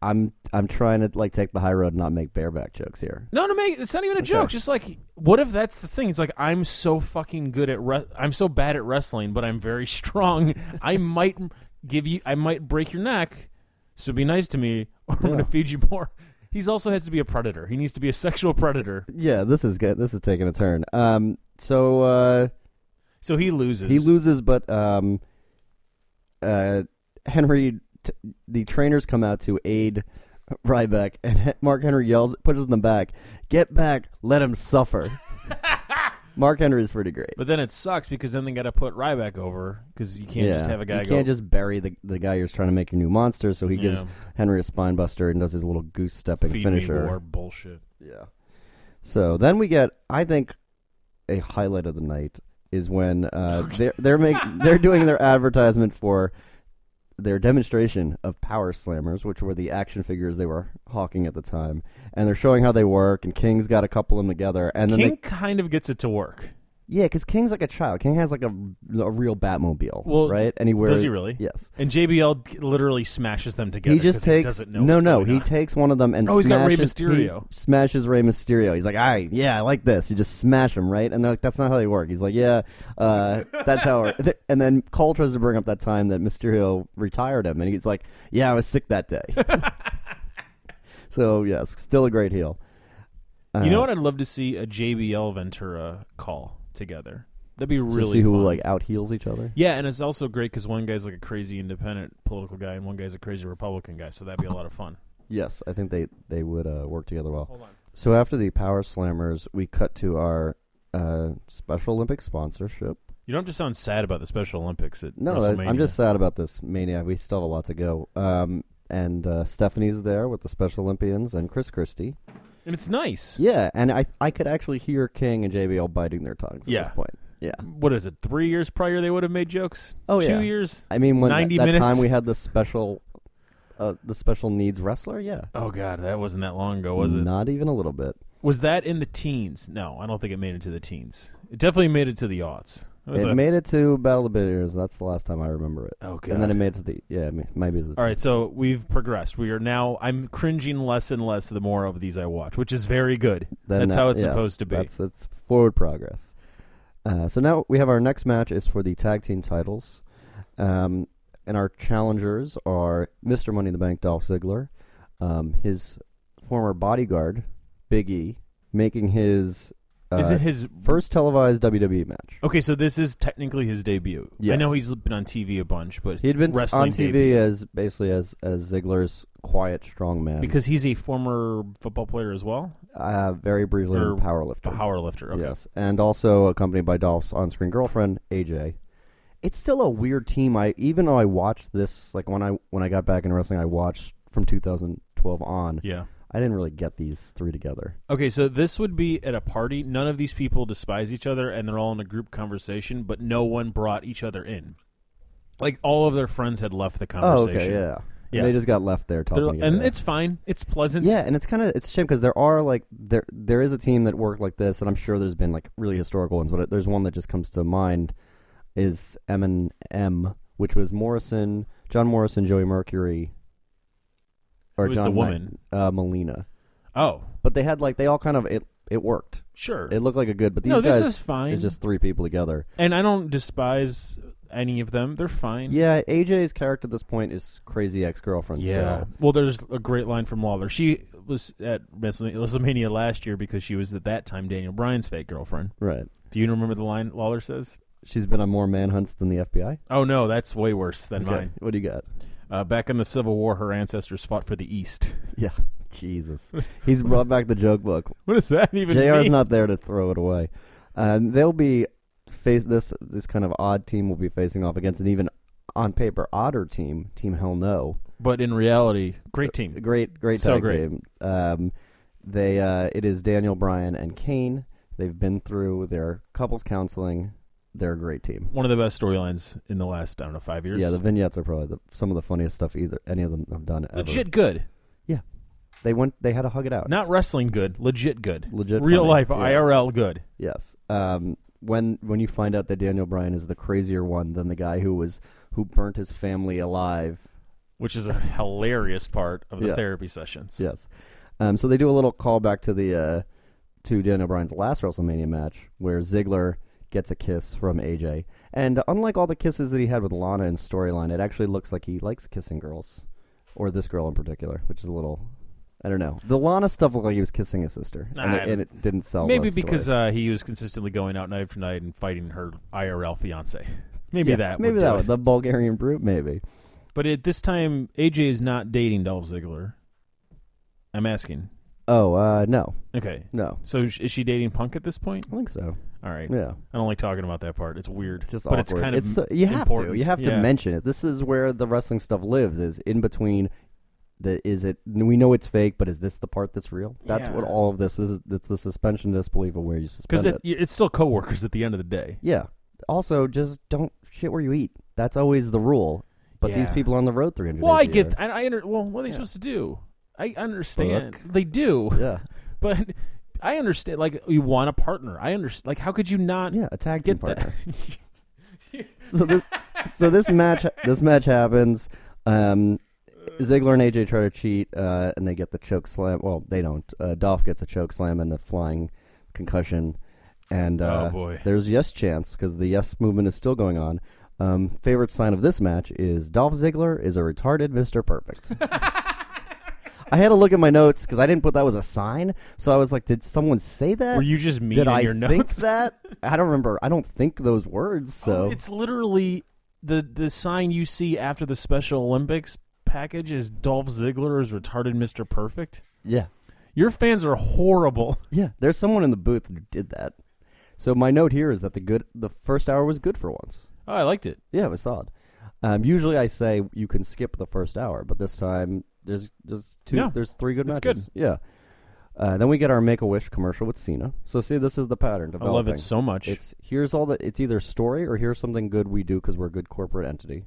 I'm I'm trying to like take the high road, and not make bareback jokes here.
No, no, mate, it's not even a joke. Just like, what if that's the thing? It's like I'm so fucking good at re- I'm so bad at wrestling, but I'm very strong. I might give you, I might break your neck, so be nice to me, or I'm gonna feed you more. He's also has to be a predator. He needs to be a sexual predator,
Yeah, this is good. This is taking a turn. Um, so uh,
so he loses.
he loses, but um, uh, Henry, t- the trainers come out to aid Ryback, and Hen- Mark Henry yells, pushes them back, "Get back! Let him suffer." Mark Henry is pretty great.
But then it sucks because then they got to put Ryback over because you can't
yeah,
just have a guy
you
go.
can't just bury the the guy you're trying to make your new monster. So he gives
Yeah.
Henry a spine buster and does his little goose stepping
feed
finisher.
me more bullshit.
Yeah. So then we get, I think, a highlight of the night is when uh, they're they're make, they're doing their advertisement for their demonstration of power slammers, which were the action figures they were hawking at the time, and they're showing how they work. And King's got a couple of them together, and then
King
they,
kind of gets it to work.
yeah, because King's like a child. King has like a, a real Batmobile,
Well,
right? And he wears
Does he really?
yes.
And JBL literally smashes them together.
He just
'cause he
takes
doesn't know
no,
what's
no.
going
He
on.
takes one of them and
Oh, he's got Rey
smashes. he
Mysterio.
smashes Rey Mysterio. He's like, "I yeah, I like this." You just smash him, right? And they're like, "That's not how they work." He's like, "Yeah, uh, that's how." It, and then Cole tries to bring up that time that Mysterio retired him, and he's like, "Yeah, I was sick that day." so yes, still a great heel.
You
Uh,
know what? I'd love to see a JBL Ventura call together. That'd be
To
really
see who
fun.
like out heals each other.
Yeah, and it's also great because one guy's like a crazy independent political guy, and one guy's a crazy Republican guy. So that'd be a lot of fun.
Yes, I think they they would uh, work together well.
Hold on.
So after the Power Slammers, we cut to our uh, Special Olympic sponsorship.
You don't have to sound sad about the Special Olympics at
No, I-
WrestleMania.
I'm just sad about this mania. We still have a lot to go. Um, and uh, Stephanie's there with the Special Olympians and Chris Christie.
and it's nice.
Yeah, and I I could actually hear King and JBL biting their tongues at
Yeah.
this point. Yeah.
What is it? Three years prior, they would have made jokes.
Oh,
Two
yeah.
years.
I mean, when
90
that, that
minutes?
time we had the special, uh, the special needs wrestler. Yeah,
Oh god, that wasn't that long ago, was it?
not even a little bit.
Was that in the teens? No, I don't think it made it to the teens. It definitely made it to the aughts. It was
It
a-
made it to Battle of the Billiards. That's the last time I remember it.
oh god.
And then it made it to the yeah, it ma- maybe. The
All right, so we've progressed. We are now. I'm cringing less and less the more of these I watch, which is very good.
Then
That's
that-
how it's
yes,
supposed to be.
That's that's forward progress. Uh, so now we have our next match is for the tag team titles, um, and our challengers are Mr. Money in the Bank Dolph Ziggler, um, his former bodyguard Big E, making his uh,
is it his
first televised WWE match.
Okay, so this is technically his debut. I
Yes.
know he's been on TV a bunch, but
He had been
wrestling
on TV
debut.
as basically as as Ziggler's quiet strongman
because he's a former football player as well,
uh, very briefly
Or
a powerlifter.
a power lifter. Okay.
Yes, and also accompanied by Dolph's on-screen girlfriend AJ. It's still a weird team. I even though I watched this like when I when I got back into wrestling, I watched from 2012 on.
Yeah.
I didn't really get these three together.
Okay, so this would be at a party. None of these people despise each other, and they're all in a group conversation, but no one brought each other in. Like all of their friends had left the
Oh,
conversation.
okay, yeah,
Yeah.
And they just got left there
They're-
talking. together.
and it's fine. It's pleasant.
yeah, and it's kind of it's a shame because there are like there there is a team that worked like this, and I'm sure there's been like really historical ones, but it, there's one that just comes to mind is M and M, which was Morrison, John Morrison, Joey Mercury, or
Who was
John
the
Knight-
woman?
uh, Molina.
Oh,
But they had like they all kind of it it worked.
sure.
It looked like a good, but these
No, this
guys
is fine.
It's just three people together.
and I don't despise any of them. They're fine.
Yeah, AJ's character at this point is crazy ex girlfriend.
Yeah.
style.
Well, there's a great line from Lawler. She was at WrestleMania last year because she was at that time Daniel Bryan's fake girlfriend.
right.
Do you remember the line Lawler says?
She's been on more manhunts than the FBI.
Oh no, that's way worse than
Okay,
mine.
What do you got?
Uh, back in the Civil War, her ancestors fought for the East.
Yeah. Jesus. He's brought back the joke book.
What does that even
JR's
mean?
not there to throw it away. And they'll be face this this kind of odd team will be facing off against an even on paper odder team, Team Hell No.
but in reality, great
A
team.
Great great
So
tag
great.
team. Um they uh it is Daniel Bryan and Kane. They've been through their couples counseling. They're a great team.
One of the best storylines in the last, I don't know, five years.
Yeah, the vignettes are probably the, some of the funniest stuff either any of them have done ever.
legit good.
They went they had to hug it out.
Not
It's
wrestling good. Legit good.
legit
Real
funny.
life
Yes.
IRL good.
Yes. Um, when when you find out that Daniel Bryan is the crazier one than the guy who was who burnt his family alive.
Which is a hilarious part of the
Yeah.
therapy sessions.
Yes. Um, so they do a little callback to the uh, to Daniel Bryan's last WrestleMania match where Ziggler gets a kiss from AJ. And unlike all the kisses that he had with Lana in storyline, it actually looks like he likes kissing girls or this girl in particular, which is a little I don't know. The Lana stuff looked like he was kissing his sister, and, it,
I-
and it didn't sell.
Maybe
the story.
because uh, he was consistently going out night after night and fighting her IRL fiance. Maybe
Yeah,
that.
maybe
would
that
do
was
it.
the Bulgarian brute, maybe.
But at this time, AJ is not dating Dolph Ziggler. I'm asking.
Oh uh, no,
Okay.
no,
So is is she dating Punk at this point?
I think so.
All right.
Yeah,
I don't like talking about that part. It's weird.
just
but
awkward.
it's kind of
so- you have
important.
to you have to
Yeah.
mention it. This is where the wrestling stuff lives. Is in between. The, is it? We know it's fake, but is this the part that's real? That's
Yeah.
what all of this this is. It's the suspension disbelief of where you
because
suspend
it,
it.
it's still coworkers at the end of the day.
Yeah. Also, just don't shit where you eat. That's always the rule. But these
Yeah.
people are on the road 300
Well, I
days a
get.
year.
I, I under, Well, what are they
Yeah.
supposed to do? I understand. They do,
Yeah,
but I understand. Like you want a partner. I understand. Like how could you not
yeah, a tag team
get
partner.
that?
so this so this match this match happens. Um, Ziggler and AJ try to cheat, uh, and they get the choke slam. Well, they don't. Uh, Dolph gets a choke slam and a flying concussion, and uh,
oh boy.
there's yes chance because the yes movement is still going on. Um, favorite sign of this match is Dolph Ziggler is a retarded Mister Perfect. I had to look at my notes because I didn't put that was a sign. So I was like, did someone say that?
Were you just mean
did
in
I
your
think
notes? Oh,
that? I don't remember. I don't think those words. So
It's literally the the sign you see after the Special Olympics package is Dolph Ziggler is retarded Mr. Perfect.
yeah.
Your fans are horrible.
Yeah, there's someone in the booth who did that. So my note here is that the good the first hour was good for once.
Oh, I liked it.
Yeah, it was solid. Um, usually I say you can skip the first hour, but this time there's there's two
Yeah,
there's three good
it's
matches. Yeah. Uh, then we get our Make a Wish commercial with Cena. So see, this is the pattern
I
developing.
love it so much.
It's here's all the it's either story or here's something good we do because we're a good corporate entity.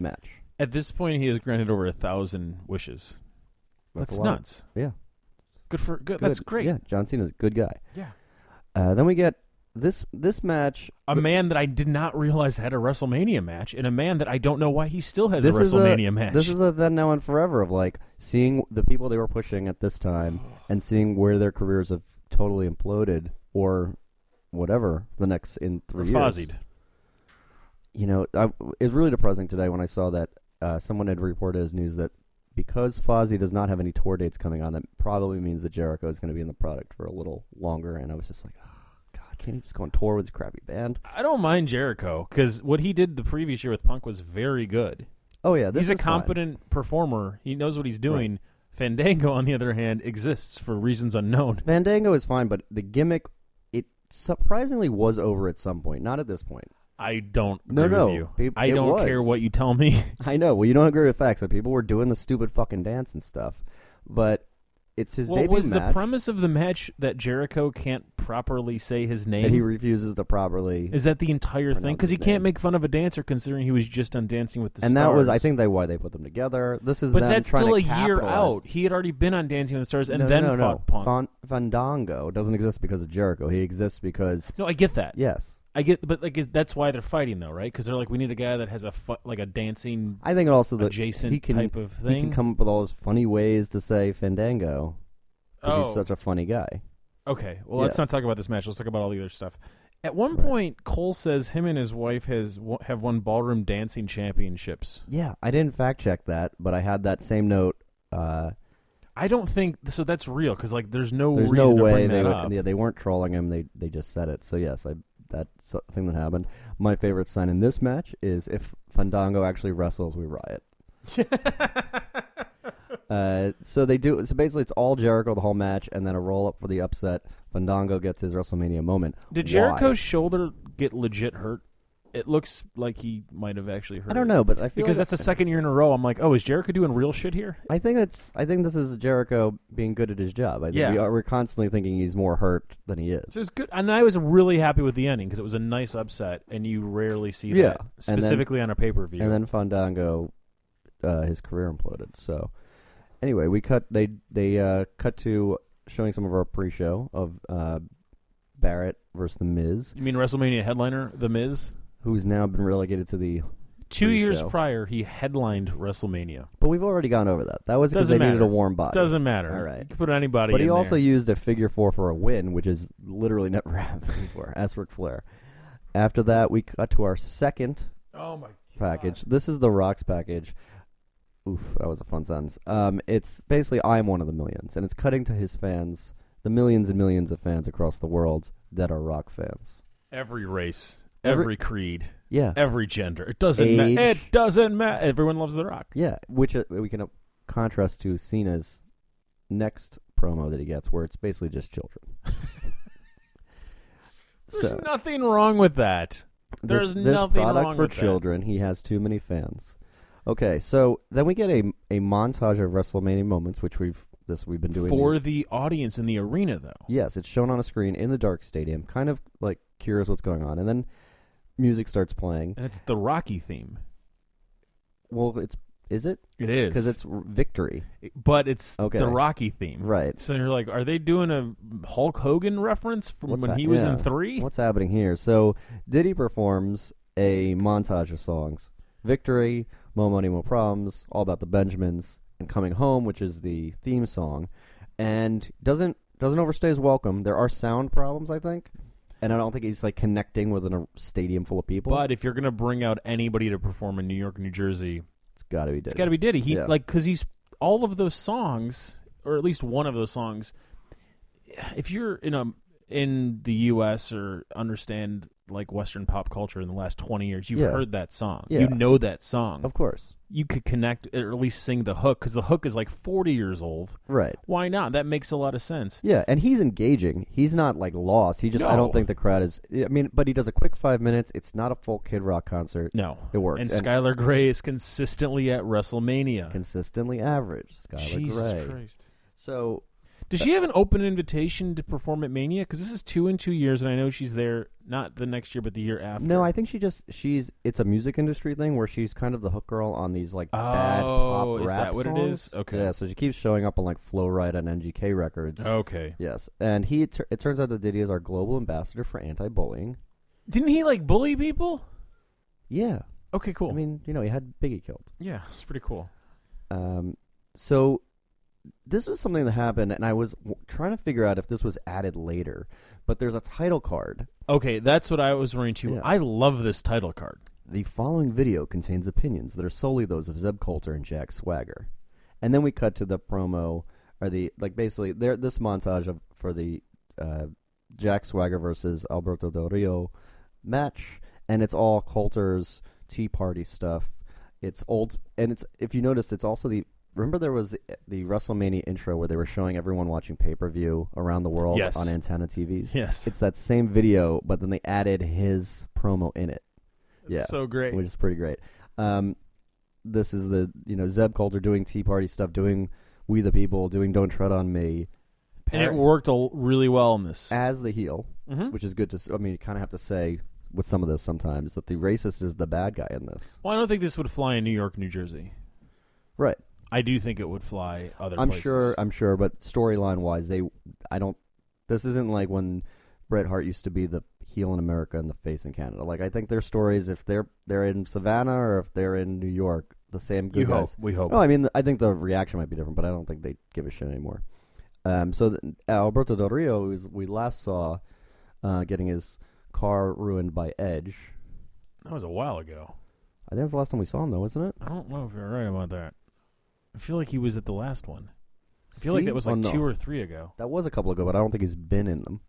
Match.
At this point, he has granted over a thousand wishes. That's,
a lot.
nuts.
Yeah.
Good for good.
Good.
That's great.
Yeah, John Cena's a good guy.
Yeah.
Uh, then we get this this match
A man that I did not realize had a WrestleMania match, and a man that I don't know why he still has a
is
WrestleMania match.
This is a then, now, and forever of like seeing the people they were pushing at this time and seeing where their careers have totally imploded or whatever the next in
Or
three years.
Fozzied.
You know, I, it's really depressing today when I saw that uh, someone had reported as news that because Fozzy does not have any tour dates coming on, that probably means that Jericho is going to be in the product for a little longer. And I was just like, oh, God, can't he just go on tour with his crappy band?
I don't mind Jericho because what he did the previous year with Punk was very good.
Oh yeah, this
he's a
is fine.
competent performer. He knows what he's doing. Fandango, on the other hand, exists for reasons unknown.
Fandango is fine, but the gimmick it surprisingly was over at some point. Not at this point.
I don't agree
No, no,
with you.
it-
I
it
don't
was.
care what you tell me.
I know. Well, you don't agree with facts, but people were doing the stupid fucking dance and stuff. But it's his
what
debut
was
match
the premise of the match that Jericho can't properly say his name?
that he refuses to properly.
Is that the entire thing?
Pronounce
Because he
his
can't
name.
make fun of a dancer considering he was just on Dancing with the
and
Stars.
that was, I think, they why they put them together. This is
But
them
that's
trying
still a
to
year
capitalize.
out. He had already been on Dancing with the Stars and
no,
then
no, no, no.
fought Punk.
Fan- Fandango doesn't exist because of Jericho. He exists because
no, I get that.
yes,
I get, but like is, that's why they're fighting though, right? Because they're like, we need a guy that has a fu- like a dancing
I think also that
adjacent
he can
type of
he
thing.
can come up with all those funny ways to say Fandango because
Oh.
he's such a funny guy.
okay. Well, let's
Yes.
not talk about this match. Let's talk about all the other stuff. At one
Right.
point, Cole says him and his wife has wo- have won ballroom dancing championships.
Yeah, I didn't fact check that, but I had that same note. Uh,
I don't think so. That's real because like there's no
There's no
reason to
way
bring
they
that
would,
up.
yeah they weren't trolling him. They they just said it. So yes, I that's a thing that happened. My favorite sign in this match is if Fandango actually wrestles, we riot. Uh, so they do. So basically, it's all Jericho the whole match, and then a roll up for the upset. Fandango gets his WrestleMania moment.
Did
Why?
Jericho's shoulder get legit hurt? It looks like he might have actually hurt.
I don't know, but I feel
Because
like-
that's the second year in a row. I'm like, oh, is Jericho doing real shit here?
I think it's. I think this is Jericho being good at his job. I think
Yeah.
we are, we're constantly thinking he's more hurt than he is.
So it's good, and I was really happy with the ending because it was a nice upset, and you rarely see
Yeah,
that
and then-
specifically on a pay per view.
And then Fandango, uh, his career imploded. So anyway, we cut. They they uh, cut to showing some of our pre-show of uh, Barrett versus the Miz,
you mean WrestleMania headliner The Miz?
who's now been relegated to the.
Two
Pretty
years
show.
prior, he headlined WrestleMania.
But we've already gone over that. That was because
Doesn't
they needed
matter.
a warm body.
Doesn't matter.
All right.
You can put anybody.
But he
in
also
there.
used a figure four for a win, which is literally never happened before. Ask Ric Flair. After that, we cut to our second
Oh my.
package. This is the Rocks package. Oof, that was a fun sentence. Um, it's basically I'm one of the millions, and it's cutting to his fans, the millions and millions of fans across the world that are rock fans.
Every race, every,
Every-
creed,
Yeah,
every gender. It doesn't.
Age.
matter. it doesn't matter. Everyone loves The Rock.
yeah. Which uh, we can uh, contrast to Cena's next promo that he gets, where it's basically just children.
There's nothing wrong with that. There's
this, this
nothing
product
wrong
for
with that.
children. He has too many fans. Okay, so then we get a a montage of WrestleMania moments, which we've this we've been doing
for
these-
the audience in the arena, though.
Yes, it's shown on a screen in the dark stadium, kind of like curious what's going on, and then music starts playing.
And it's the Rocky theme.
Well, it's is it
It is
because it's r- victory,
but it's
Okay.
the Rocky theme,
right?
So you're like, are they doing a Hulk Hogan reference from
What's
when
that?
he was in
Yeah.
three?
What's happening here? So Diddy performs a montage of songs: "Victory," "More Money, More Problems," "All About the Benjamins," and "Coming Home," which is the theme song, and doesn't doesn't overstay his welcome. There are sound problems, I think, and I don't think he's like connecting with an, a stadium full of people.
But if you're gonna bring out anybody to perform in New York, New Jersey,
it's got to be Diddy.
it's got to be Diddy. He
Yeah.
like because he's all of those songs, or at least one of those songs. If you're in a in the U.S. or understand like Western pop culture in the last twenty years, you've
Yeah.
heard that song.
Yeah.
You know that song.
of course,
You could connect or at least sing the hook because the hook is like forty years old.
right.
Why not? That makes a lot of sense.
Yeah, and he's engaging. He's not like lost. He just I
No.
don't think the crowd is I mean, but he does a quick 5 minutes. It's not a full Kid Rock concert.
No,
It works.
And,
And-
Skylar Gray is consistently at WrestleMania.
Consistently average, Skylar
Jesus
Grey.
Christ!
So,
Does she have an open invitation to perform at Mania? Because this is two in two years, and I know she's there not the next year, but the year after.
no, I think she just she's it's a music industry thing where she's kind of the hook girl on these like
Oh,
bad pop
is
rap
that what it
songs.
is? Okay. Oh.
Yeah, so she keeps showing up on like Flow Rida and MGK records.
okay.
Yes. And he tur- it turns out that Diddy is our global ambassador for anti-bullying.
Didn't he like bully people?
Yeah.
Okay, cool.
I mean, you know, he had Biggie killed.
yeah, it's pretty cool.
Um, so this was something that happened, and I was w- trying to figure out if this was added later. But there's a title card.
Okay, that's what I was referring to.
Yeah.
I love this title card.
The following video contains opinions that are solely those of Zeb Coulter and Jack Swagger. And then we cut to the promo, or the like, basically there this montage of for the uh, Jack Swagger versus Alberto Del Rio match, and it's all Coulter's Tea Party stuff. It's old, and it's if you notice, it's also the remember there was the, the WrestleMania intro where they were showing everyone watching pay per view around the world
Yes.
on antenna TVs.
Yes,
It's that same video, but then they added his promo in it yeah.
so great.
which is pretty great. Um, this is the you know Zeb Coulter doing Tea Party stuff, doing We the People, doing Don't Tread on Me,
and it worked a, really well in this.
as the heel,
Mhm.
which is good to. s- I mean, you kind of have to say with some of this sometimes that the racist is the bad guy in this,
Well, I don't think this would fly in New York, New Jersey.
right?
I do think it would fly other.
I'm
places.
sure. uh, I'm sure, but storyline wise, they I don't. This isn't like when Bret Hart used to be the heel in America and the face in Canada. Like I think their stories, if they're they're in Savannah or if they're in New York, the same good
You
guys.
hope. We hope.
No, I mean, I think the reaction might be different, but I don't think they give a shit anymore. Um, so th- Alberto Del Rio, who we last saw uh, getting his car ruined by Edge.
That was a while ago.
I think that's the last time we saw him, though, isn't it?
I don't know if you're right about that. I feel like he was at the last one. I feel
See?
like that was
Oh,
like
no.
two or three ago.
that was a couple ago, but I don't think he's been in them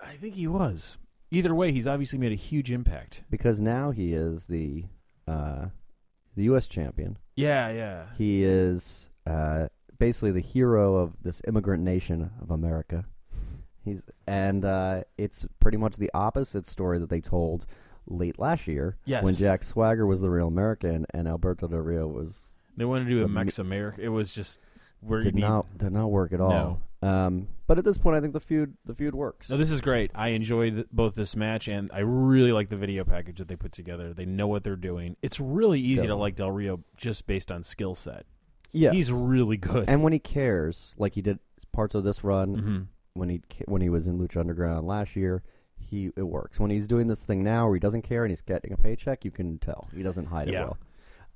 I think he was. Either way, he's obviously made a huge impact.
because now he is the uh, the U.S. champion.
Yeah, yeah.
He is uh, basically the hero of this immigrant nation of America. He's and uh, it's pretty much the opposite story that they told late last year
Yes.
when Jack Swagger was the real American and Alberto Del Rio was
They wanted to do a
The me-
Mex America. It was just where you
did
need.
not did not work at all. Um, but at this point, I think the feud the feud works.
No, this is great. I enjoyed th- both this match and I really like the video package that they put together. They know what they're doing. It's really easy to
Del-
like Del Rio just based on skill set.
yeah,
He's really good.
and when he cares, like he did parts of this run
hmm
when he when he was in Lucha Underground last year, he it works. When he's doing this thing now, where he doesn't care and he's getting a paycheck, you can tell he doesn't hide
Yeah.
it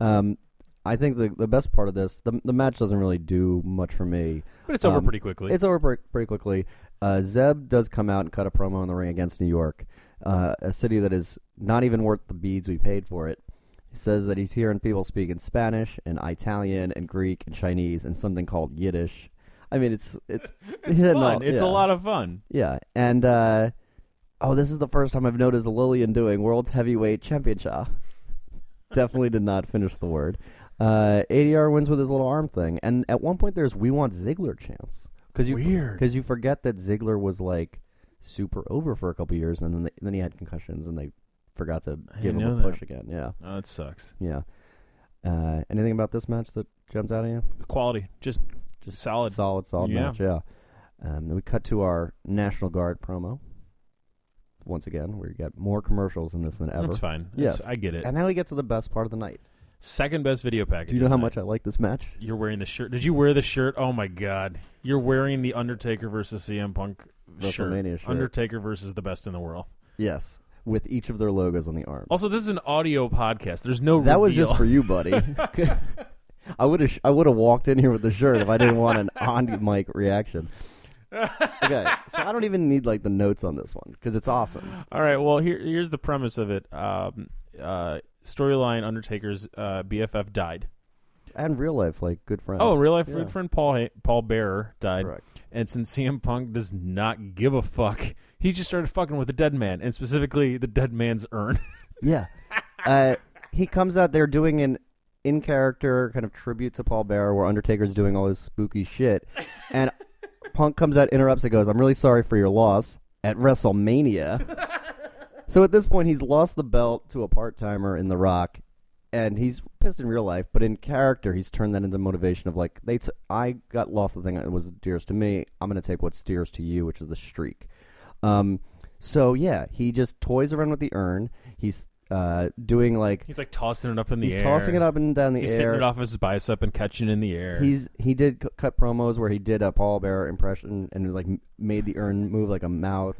well. Um, I think the the best part of this, the the match doesn't really do much for me.
But it's over
Um,
pretty quickly.
It's over pretty, pretty quickly. Uh, Zeb does come out and cut a promo in the ring against New York, uh, a city that is not even worth the beads we paid for it. He says that he's hearing people speak in Spanish and Italian and Greek and Chinese and something called Yiddish. I mean, it's it's it's,
fun. it's a lot of fun.
yeah, and uh, oh, this is the first time I've noticed Lillian doing World Heavyweight Championship. Definitely did not finish the word. Uh, ADR wins with his little arm thing, and at one point there's we want Ziggler chance because you
Weird.
because you forget that Ziggler was like super over for a couple years, and then they, then he had concussions, and they forgot to
I
give him
know
a
that.
push again. Yeah,
Oh, that sucks.
yeah. Uh, anything about this match that jumps out at you?
Quality, just
Just
solid.
solid, solid
Yeah.
match. Yeah. Um, then we cut to our National Guard promo. Once again, we got more commercials in this than ever.
That's fine.
Yes.
It's- I get it.
And now we get to the best part of the night.
Second best video package.
Do you know
of
how
the night.
much I like this match?
You're wearing the shirt. Did you wear the shirt? Oh my god. You're wearing the Undertaker versus CM Punk
WrestleMania shirt.
Undertaker versus the best in the world.
Yes, with each of their logos on the arm.
Also, this is an audio podcast. There's no
that was
reveal.
just for you, buddy. I would have I would have walked in here with the shirt if I didn't want an on mic reaction. Okay, so I don't even need like the notes on this one because it's awesome.
All right. Well, here here's the premise of it. Um, uh, storyline: Undertaker's uh, BFF died.
And real life, like good friend.
Oh, in real life,
Yeah.
friend Paul Paul Bearer died.
correct.
And since CM Punk does not give a fuck, he just started fucking with the dead man, and specifically the dead man's urn.
Yeah. Uh, he comes out there doing an in character kind of tribute to Paul Bearer where Undertaker's doing all his spooky shit. And Punk comes out, interrupts, and goes, I'm really sorry for your loss at WrestleMania. so at this point, he's lost the belt to a part timer in The Rock. And he's pissed in real life, but in character, he's turned that into motivation of like, they t- I got lost the thing that was dearest to me. I'm going to take what's dearest to you, which is the streak. Um, so yeah, he just toys around with the urn. He's uh, doing like
He's like tossing it up in the
he's
air.
tossing it up and down the
He's
air.
hitting it off his bicep and catching it in the air.
He's he did c- cut promos where he did a Paul Bearer impression and like m- made the urn move like a mouth.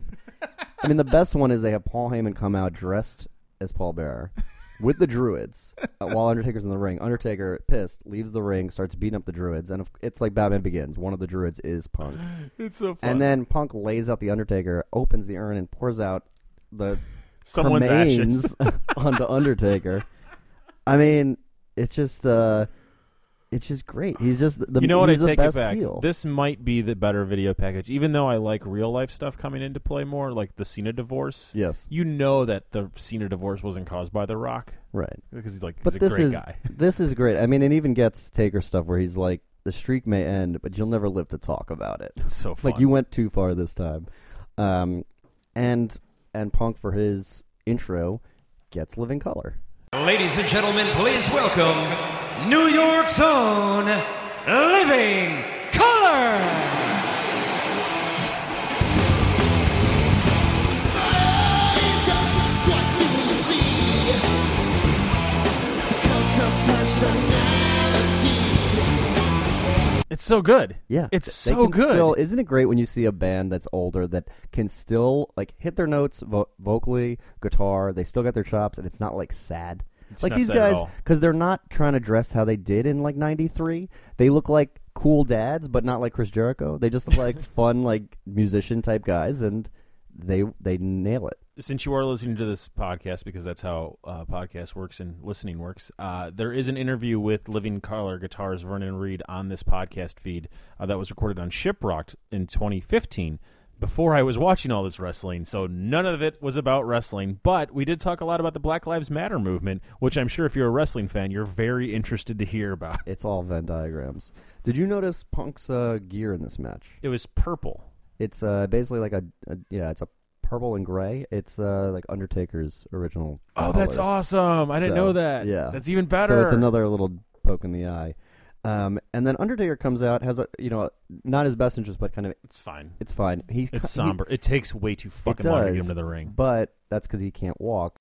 I mean, the best one is they have Paul Heyman come out dressed as Paul Bearer with the Druids uh, while Undertaker's in the ring. Undertaker pissed leaves the ring, starts beating up the Druids, and of- it's like Batman Begins. One of the Druids is Punk.
it's so fun.
And then Punk lays out the Undertaker, opens the urn, and pours out the
Someone's ashes.
cremains onto Undertaker. I mean, it's just uh, it's just great. He's just the
you know what? I
he's the
take it
best
back.
heel.
This might be the better video package, even though I like real life stuff coming into play more, like the Cena divorce.
yes,
You know that the Cena divorce wasn't caused by The Rock
right.
because he's like he's
But
a
this
great
is
guy.
this is great. I mean, it even gets Taker stuff where he's like, the streak may end, but you'll never live to talk about it.
It's so fun.
Like you went too far this time. Um, and and Punk for his intro gets Living Color.
Ladies and gentlemen, please welcome New York's own Living Color.
What do we see? Cult of personality.
it's so good.
Yeah,
it's
they
so
can
good.
Still, isn't it great when you see a band that's older that can still like hit their notes vo- vocally, guitar? They still got their chops, and it's not like sad. like
not
these
sad at
guys,
all.
because they're not trying to dress how they did in like '93. They look like cool dads, but not like Chris Jericho. They just look like fun, like musician type guys, and they they nail it.
Since you are listening to this podcast, because that's how uh, podcast works and listening works, uh, there is an interview with Living Color guitarist Vernon Reed on this podcast feed uh, that was recorded on Shiprocked in 2015. before I was watching all this wrestling, so none of it was about wrestling. But we did talk a lot about the Black Lives Matter movement, which I'm sure if you're a wrestling fan, you're very interested to hear about.
It's all Venn diagrams. Did you notice Punk's uh, gear in this match?
It was purple.
It's uh, basically like a, a yeah, it's a purple and gray. It's uh, like Undertaker's original.
Oh, that's
colours.
awesome! I didn't
So,
know that.
yeah.
that's even better.
So it's another little poke in the eye. Um, and then Undertaker comes out, has a you know not his best interest, but kind of
It's fine.
it's fine. He
It's
he-
somber. it takes way too
It
fucking long to get
does,
him to the ring.
but that's because he can't walk.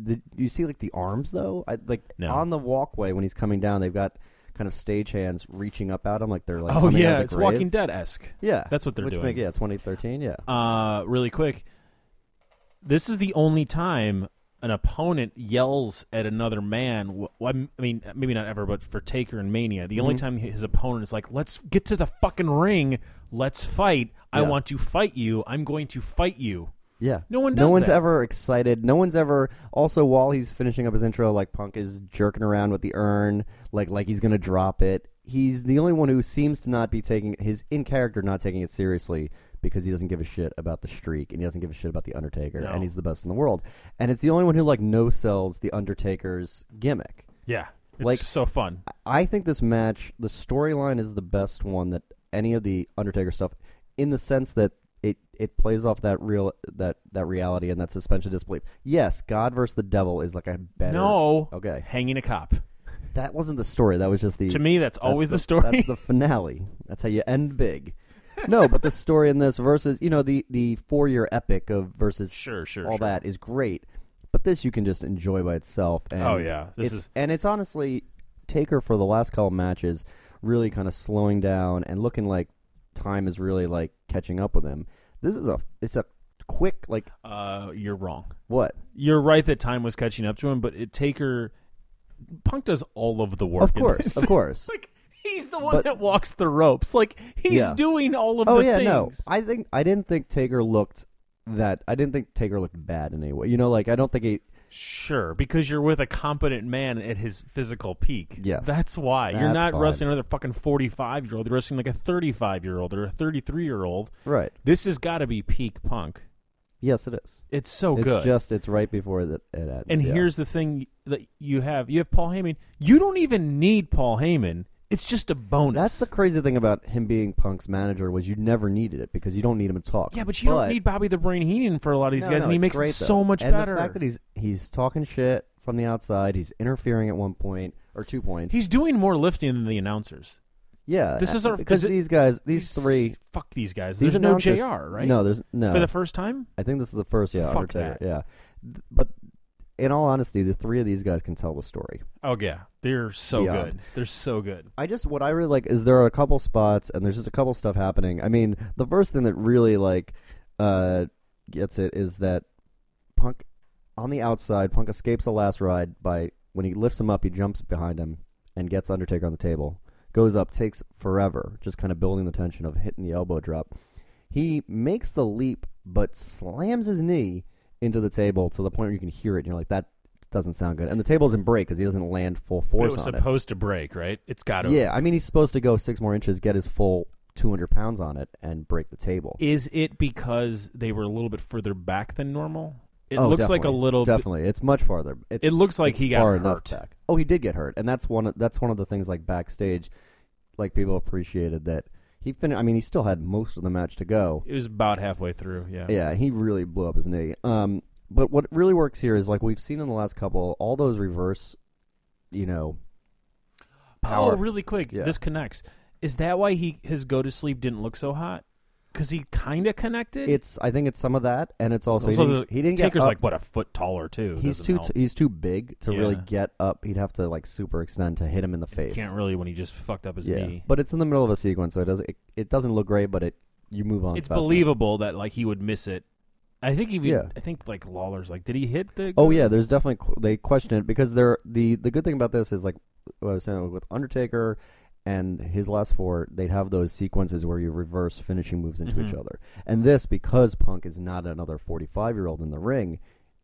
Did you see like the arms though? I, like
No.
on the walkway when he's coming down, they've got kind of stagehands reaching up at him, like they're like
Oh
coming out of
yeah,
the
it's
grave.
Walking Dead esque.
Yeah,
That's what they're
Which
doing.
Make, yeah, 2013. Yeah,
uh, really quick. This is the only time an opponent yells at another man. wh- wh- I mean, maybe not ever, but for Taker and Mania, the
Mm-hmm.
only time his opponent is like, "Let's get to the fucking ring. Let's fight. I
Yeah.
want to fight you. I'm going to fight you."
yeah.
No one
no
does
one's
that.
ever excited. No one's ever. Also, while he's finishing up his intro, like Punk is jerking around with the urn, like like he's gonna drop it. He's the only one who seems to not be taking his in character, not taking it seriously because he doesn't give a shit about the streak and he doesn't give a shit about the Undertaker,
No.
and he's the best in the world. And it's the only one who like no sells the Undertaker's gimmick.
Yeah, it's
Like-
so fun.
I think this match, the storyline is the best one that any of the Undertaker stuff, in the sense that it it plays off that real that that reality and that suspension of disbelief. Yes, God versus the devil is like a better.
No,
Okay.
hanging a cop.
that wasn't the story. That was just the
To me, that's
that's
always the, story.
That's the finale. That's how you end big. No, but the story in this versus you know the the four year epic of versus
Sure, sure,
all
sure.
that is great, but this you can just enjoy by itself. And
Oh, yeah. This
it's,
is-
and it's honestly Taker for the last couple matches really kind of slowing down and looking like time is really like catching up with him. This is a it's a quick like
uh, you're wrong.
what
You're right that time was catching up to him, but it Taker, Punk does all of the work.
of
in
course
this.
of course
Like he's the one
But-
that walks the ropes. Like he's
Yeah.
doing all of
Oh
the
yeah,
things.
no. I think I didn't think Taker looked that. I didn't think Taker looked bad in any way. You know, like I don't think he.
sure, because you're with a competent man at his physical peak.
Yes.
That's why. you're
That's
not
fine.
wrestling another fucking 45 year old. You're wrestling like a 35 year old or a 33 year old.
Right.
This has got to be peak punk.
Yes, it is.
It's so
it's
Oh, good.
just it's right before that it ends.
and
yeah.
here's the thing that you have you have Paul Heyman. You don't even need Paul Heyman. It's just a bonus.
that's the crazy thing about him being Punk's manager was you never needed it because you don't need him to talk.
yeah, but you don't need Bobby the Brain Heenan for a lot of these
no,
guys,
no,
and he
it's
makes
great,
it
though.
so much
and
better.
The fact that he's he's talking shit from the outside, he's interfering at one point or two points.
he's doing more lifting than the announcers.
yeah. uh,
this is our-
because
is it-
these guys, these three,
Fuck these guys.
these
There's no
announcers-
JR, right?
No, there's no
For the first time?
I think this is the first, yeah,
Fuck
Undertaker,
that.
yeah. Th- But in all honesty, the three of these guys can tell the story.
Oh yeah. They're so
Beyond.
good. They're so good.
I just what I really like is there are a couple spots and there's just a couple stuff happening. I mean, the first thing that really like uh gets it is that Punk on the outside, Punk escapes the last ride by when he lifts him up, he jumps behind him and gets Undertaker on the table. Goes up, takes forever, just kind of building the tension of hitting the elbow drop. He makes the leap but slams his knee into the table to the point where you can hear it and you're like that doesn't sound good. And the table's in break cuz he doesn't land full
But
force
it was
on it.
supposed to break, right? It's gotta
Yeah, I mean, he's supposed to go six more inches, get his full 200 pounds on it, and break the table.
Is it because they were a little bit further back than normal? It
Oh,
looks like a
definitely,
little bit
Definitely, it's much farther. It's,
It looks like
it's
he got
far enough
hurt.
Back. Oh, he did get hurt, and that's one. Of, that's one of the things like backstage, like people appreciated that he finished. I mean, he still had most of the match to go.
it was about halfway through, yeah.
Yeah, he really blew up his knee. Um, but what really works here is like we've seen in the last couple, all those reverse, you know, power.
Oh, really quick.
Yeah.
This connects. Is that why he his go to sleep didn't look so hot? Because he kind of connected.
It's I think it's some of that, and it's also, he
Also,
didn't,
the
he didn't
Taker's
get up-
like what a foot taller too.
He's
Doesn't
too
help.
he's too big to really
Yeah.
get up. He'd have to like super extend to hit him in the face.
can't really when he just fucked up his
yeah,
knee.
but it's in the middle of a sequence, so it doesn't it, it doesn't look great. But it you move on.
it's
fast enough.
believable that like he would miss it. I think even
Yeah.
I think like Lawler's like, did he hit the?
Oh yeah, there's definitely qu- they question it because they're the the good thing about this is like what I was saying with Undertaker and his last four, they'd have those sequences where you reverse finishing moves into each other. And this because Punk is not another 45 year old in the ring,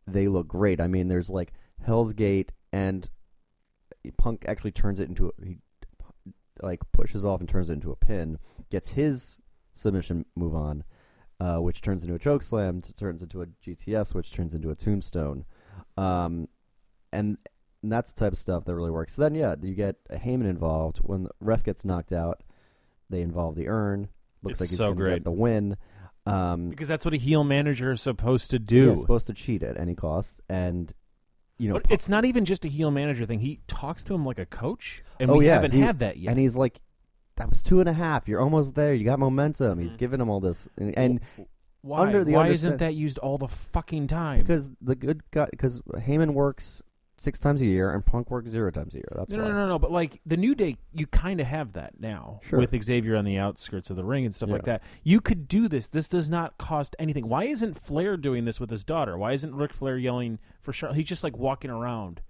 they look great. I mean, there's like Hell's Gate and Punk actually turns it into a, he like pushes off and turns it into a pin, gets his submission move on, uh, which turns into a choke slam, t- turns into a GTS, which turns into a tombstone, um, and, and that's the type of stuff that really works. Then yeah, you get a Heyman involved when the ref gets knocked out. They involve the urn.
It's
Looks like he's
so
going to
great.
get the win. Um,
because that's what a heel manager is supposed to do.
yeah, supposed to cheat at any cost, and you know,
But
pu-
it's not even just a heel manager thing. He talks to him like a coach, and
oh
we
yeah,
haven't
he-
had that yet.
And he's like, "That was two and a half. You're almost there. You got momentum." He's giving him all this, and, and
why?
under the
why
understa-
isn't that used all the fucking time?
because the good guy, because Heyman works six times a year, and Punk works zero times a year. That's
No,
why.
no, no, no. But like the New Day, you kind of have that now
Sure.
with Xavier on the outskirts of the ring and stuff like
Yeah.
that. You could do this. This does not cost anything. Why isn't Flair doing this with his daughter? Why isn't Ric Flair yelling for Charlotte? He's just like walking around.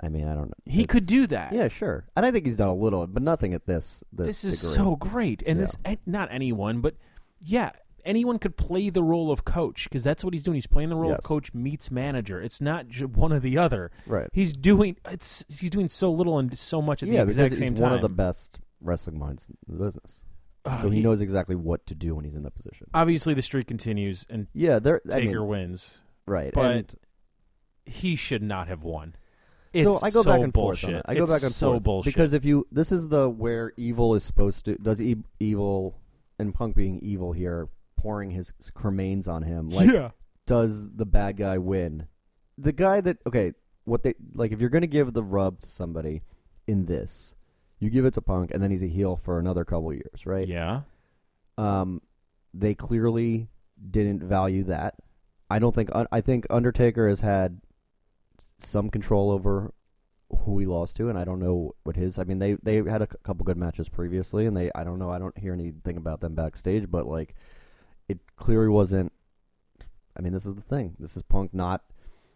I mean, I don't know.
He could
It's-
do that.
Yeah, sure. And I think he's done a little, but nothing at this. This,
this is
degree.
so great. And this
Yeah.
eh, not anyone, but yeah, anyone could play the role of coach because that's what he's doing. He's playing the role
Yes.
of coach meets manager. It's not ju- one or the other.
Right.
He's doing it's he's doing so little and so much at
yeah,
the
because
exact
he's
same
one
time.
of the best wrestling minds in the business,
Oh,
so he,
he-
knows exactly what to do when he's in that position.
Obviously, the streak continues and
yeah, there. I mean,
Taker wins.
right,
but-
and
He should not have won.
so
It's
I go back and
bullshit.
forth. On it. I go
It's
back and
so
forth
bullshit.
because if you this is the where evil is supposed to does e- evil and Punk being evil here pouring his cremains on him like
yeah,
does the bad guy win? The guy that okay, what they like if you're gonna give the rub to somebody in this, you give it to Punk and then he's a heel for another couple years, right?
yeah.
Um, they clearly didn't value that. I don't think. I think Undertaker has had some control over who he lost to, and I don't know what his. I mean, they they had a c- couple good matches previously, and they. I don't know. I don't hear anything about them backstage, but like, it clearly wasn't. I mean, this is the thing. This is Punk not.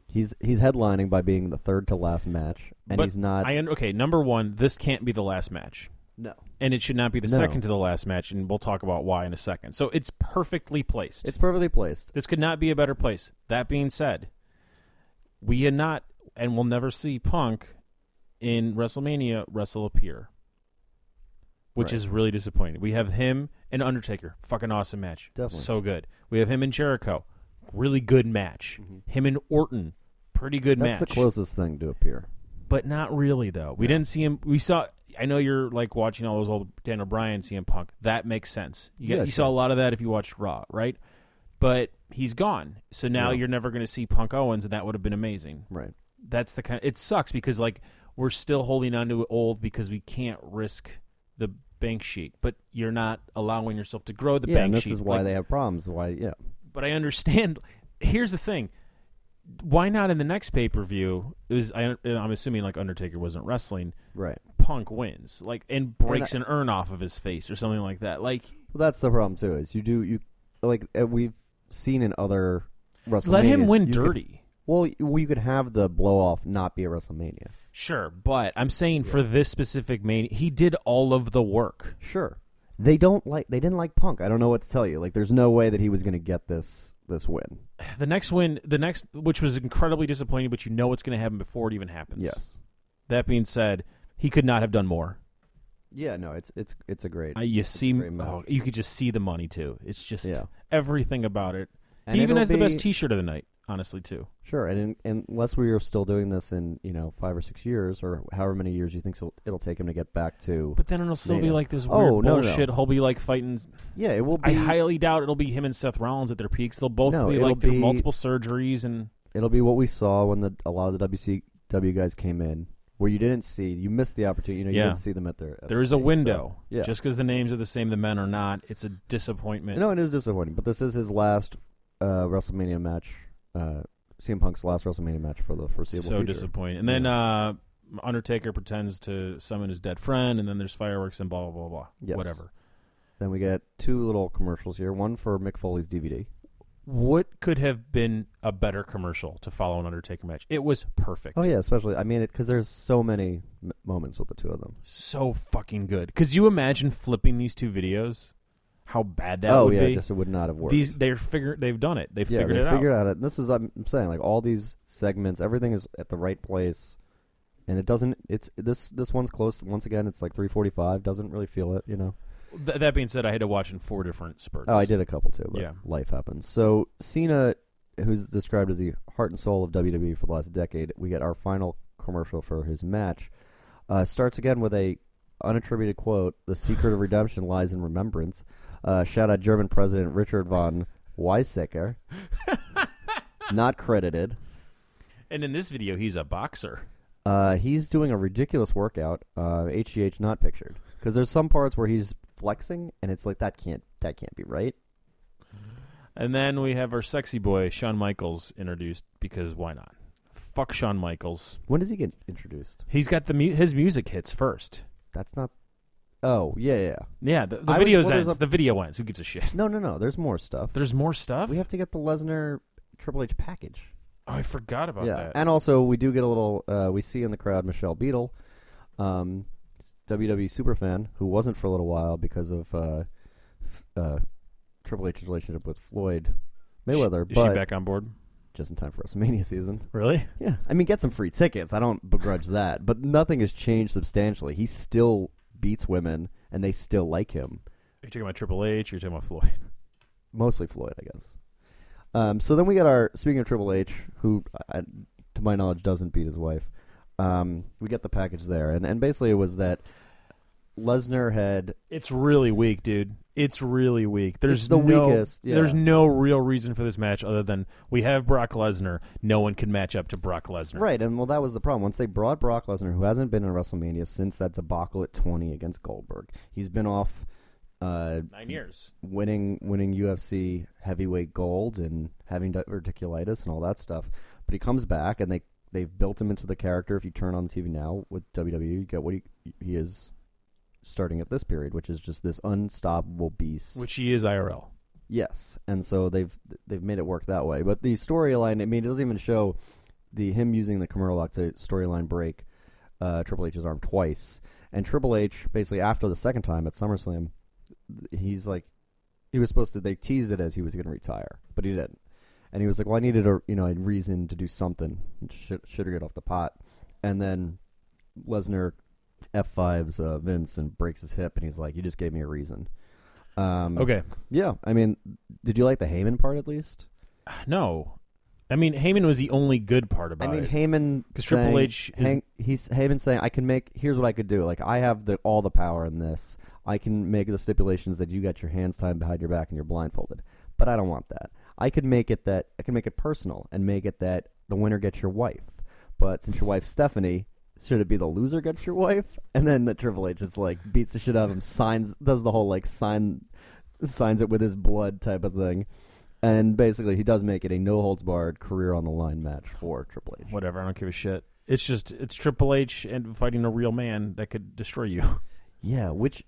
He's he's headlining by being the third to last match, and
But
he's not.
I un- okay. Number one, this can't be the last match.
no,
and it should not be the
No.
second to the last match, and we'll talk about why in a second. So it's perfectly placed.
it's perfectly placed.
this could not be a better place. That being said, we are not and will never see Punk in WrestleMania wrestle a peer, which
Right.
is really disappointing. We have him and Undertaker, fucking awesome match,
Definitely.
so good. We have him and Jericho, really good match. Him and Orton, pretty good
Mm-hmm. That's
match
the closest thing to appear.
but not really though. We didn't see him. We saw. I know you're like watching all those old Daniel Bryan, CM Punk. That makes sense. You, got-
Yeah,
you
sure.
saw a lot of that if you watched Raw, right? But he's gone, so now
Yeah.
you're never going to see Punk Owens, and that would have been amazing.
Right.
That's the kind. It sucks because like we're still holding on to old because we can't risk the bank sheet, but you're not allowing yourself to grow the
yeah,
bank
and this
sheet.
is why
Like,
they have problems. Why? Yeah.
but I understand. Here's the thing: why not in the next pay per view? It was I, I'm assuming like Undertaker wasn't wrestling.
Right.
Punk wins, like and breaks
And
an urn off of his face or something like that. Like
Well, that's the problem too. Is you do you like uh, we've seen in other WrestleMania.
let him win dirty,
well, well, you could have the blow off not be a WrestleMania.
sure, but I'm saying for this specific main, he did all of the work.
Sure. They don't like. They didn't like Punk. I don't know what to tell you. Like, there's no way that he was going to get this this win.
The next win, the next, which was incredibly disappointing, but you know it's going to happen before it even happens.
Yes.
That being said, he could not have done more.
Yeah. No. It's it's it's a great.
I, you see,
great match.
oh, you could just see the money too. It's just
Yeah.
everything about it.
And
he even
it'll
has the best
be-
T-shirt of the night, honestly too.
Sure, and, in, unless we are still doing this in you know five or six years or however many years you think it'll, it'll take him to get back to,
But then it'll still be
Mania.
like this
Oh,
weird
no, no, no.
bullshit. He'll be like fighting
yeah, it will be.
I highly doubt it'll be him and Seth Rollins at their peaks. They'll both
No,
be
it'll
like through
be-
multiple surgeries and
It'll be what we saw when the a lot of the WCW guys came in, where you didn't see, you missed the opportunity. You know, you
Yeah.
didn't see them at their. At
there
their
is a
peak, so,
window.
yeah.
Just because the names are the same, the men are not. It's a disappointment.
no, it is disappointing, but this is his last uh, WrestleMania match. Uh, CM Punk's last WrestleMania match for the
so
foreseeable future.
disappointing. And then uh, Undertaker pretends to summon his dead friend, and then there's fireworks and blah blah blah blah.
Yes.
Whatever.
Then we get two little commercials here. One for Mick Foley's DVD.
What could have been a better commercial to follow an Undertaker match? It was perfect.
Oh yeah, especially I mean it because there's so many m- moments with the two of them.
So fucking good. Because you imagine flipping these two videos, how bad that
oh
would
yeah,
be.
just it would not have worked.
these they're figure they've done it. They've
yeah,
figured
they
it out.
figured out it. This is I'm saying like all these segments, everything is at the right place. and it doesn't. It's this this one's close. Once again, it's like three forty five. Doesn't really feel it, you know.
Th- that being said, I had to watch in four different spurts.
Oh, I did a couple too, but
Yeah.
life happens. So Cena, who's described as the heart and soul of WWE for the last decade, we get our final commercial for his match. Uh, starts again with a unattributed quote: "The secret of redemption lies in remembrance." Uh, shout out German President Richard von Weizsäcker, not credited.
And in this video, he's a boxer.
Uh, he's doing a ridiculous workout. Uh, HGH not pictured because there's some parts where he's flexing, and it's like that can't that can't be right.
And then we have our sexy boy, Shawn Michaels, introduced because why not? Fuck Shawn Michaels.
When does he get introduced?
He's got the mu- his music hits first.
That's not. Oh yeah, yeah. yeah.
Yeah, the, the
I was-
videos
well, there's
ends.
a-
The video ends. Who gives a shit?
No, no, no. There's more stuff.
There's more stuff.
We have to get the Lesnar Triple H package.
oh, I forgot about
yeah,
that.
and also we do get a little. Uh, we see in the crowd Michelle Beadle, um, WWE superfan who wasn't for a little while because of uh, f- uh, Triple H's relationship with Floyd Mayweather,
Is
but
she back on board?
just in time for WrestleMania season.
Really?
Yeah, I mean, get some free tickets. I don't begrudge that, but nothing has changed substantially. He still beats women, and they still like him.
You're talking about Triple H. You're talking about Floyd.
mostly Floyd, I guess. Um, so then we got our speaking of Triple H, who, I, to my knowledge, doesn't beat his wife. Um, we get the package there, and and basically it was that Lesnar had
It's really weak, dude. It's really weak. There's
the
no,
weakest, yeah.
There's no real reason for this match other than we have Brock Lesnar. No one can match up to Brock Lesnar.
right, and well that was the problem. Once they brought Brock Lesnar, who hasn't been in WrestleMania since that debacle at twenty against Goldberg, he's been off. Uh,
Nine years.
winning winning UFC heavyweight gold and having diverticulitis and all that stuff. But he comes back and they they've built him into the character. If you turn on the TV now with WWE, you get what he he is starting at this period, which is just this unstoppable beast.
Which he is IRL.
Yes, and so they've they've made it work that way. But the storyline, I mean, it doesn't even show the him using the Kimura lock to storyline break uh, Triple H's arm twice, and Triple H basically after the second time at SummerSlam, th- he's like, he was supposed to. They teased it as he was going to retire, but he didn't, and he was like, well, I needed a you know a reason to do something, should should get off the pot, and then Lesnar f fives uh, Vince and breaks his hip, and he's like, you just gave me a reason. Um,
Okay.
yeah, I mean, did you like the Heyman part at least?
No. I mean, Heyman was the only good part about
I mean,
it.
Heyman
'Cause Triple
saying-
H is-
Hang- he's Heyman saying, "I can make. Here's what I could do. Like, I have the all the power in this. I can make the stipulations that you got your hands tied behind your back and you're blindfolded. But I don't want that. I could make it that I can make it personal and make it that the winner gets your wife. But since your wife's Stephanie." Should it be the loser gets your wife, and then the Triple H just like beats the shit out of him, signs, does the whole like sign, signs it with his blood type of thing, And basically, he does make it a no holds barred career on the line match for Triple H.
Whatever. I don't give a shit. It's just it's Triple H and fighting a real man that could destroy you.
Yeah, which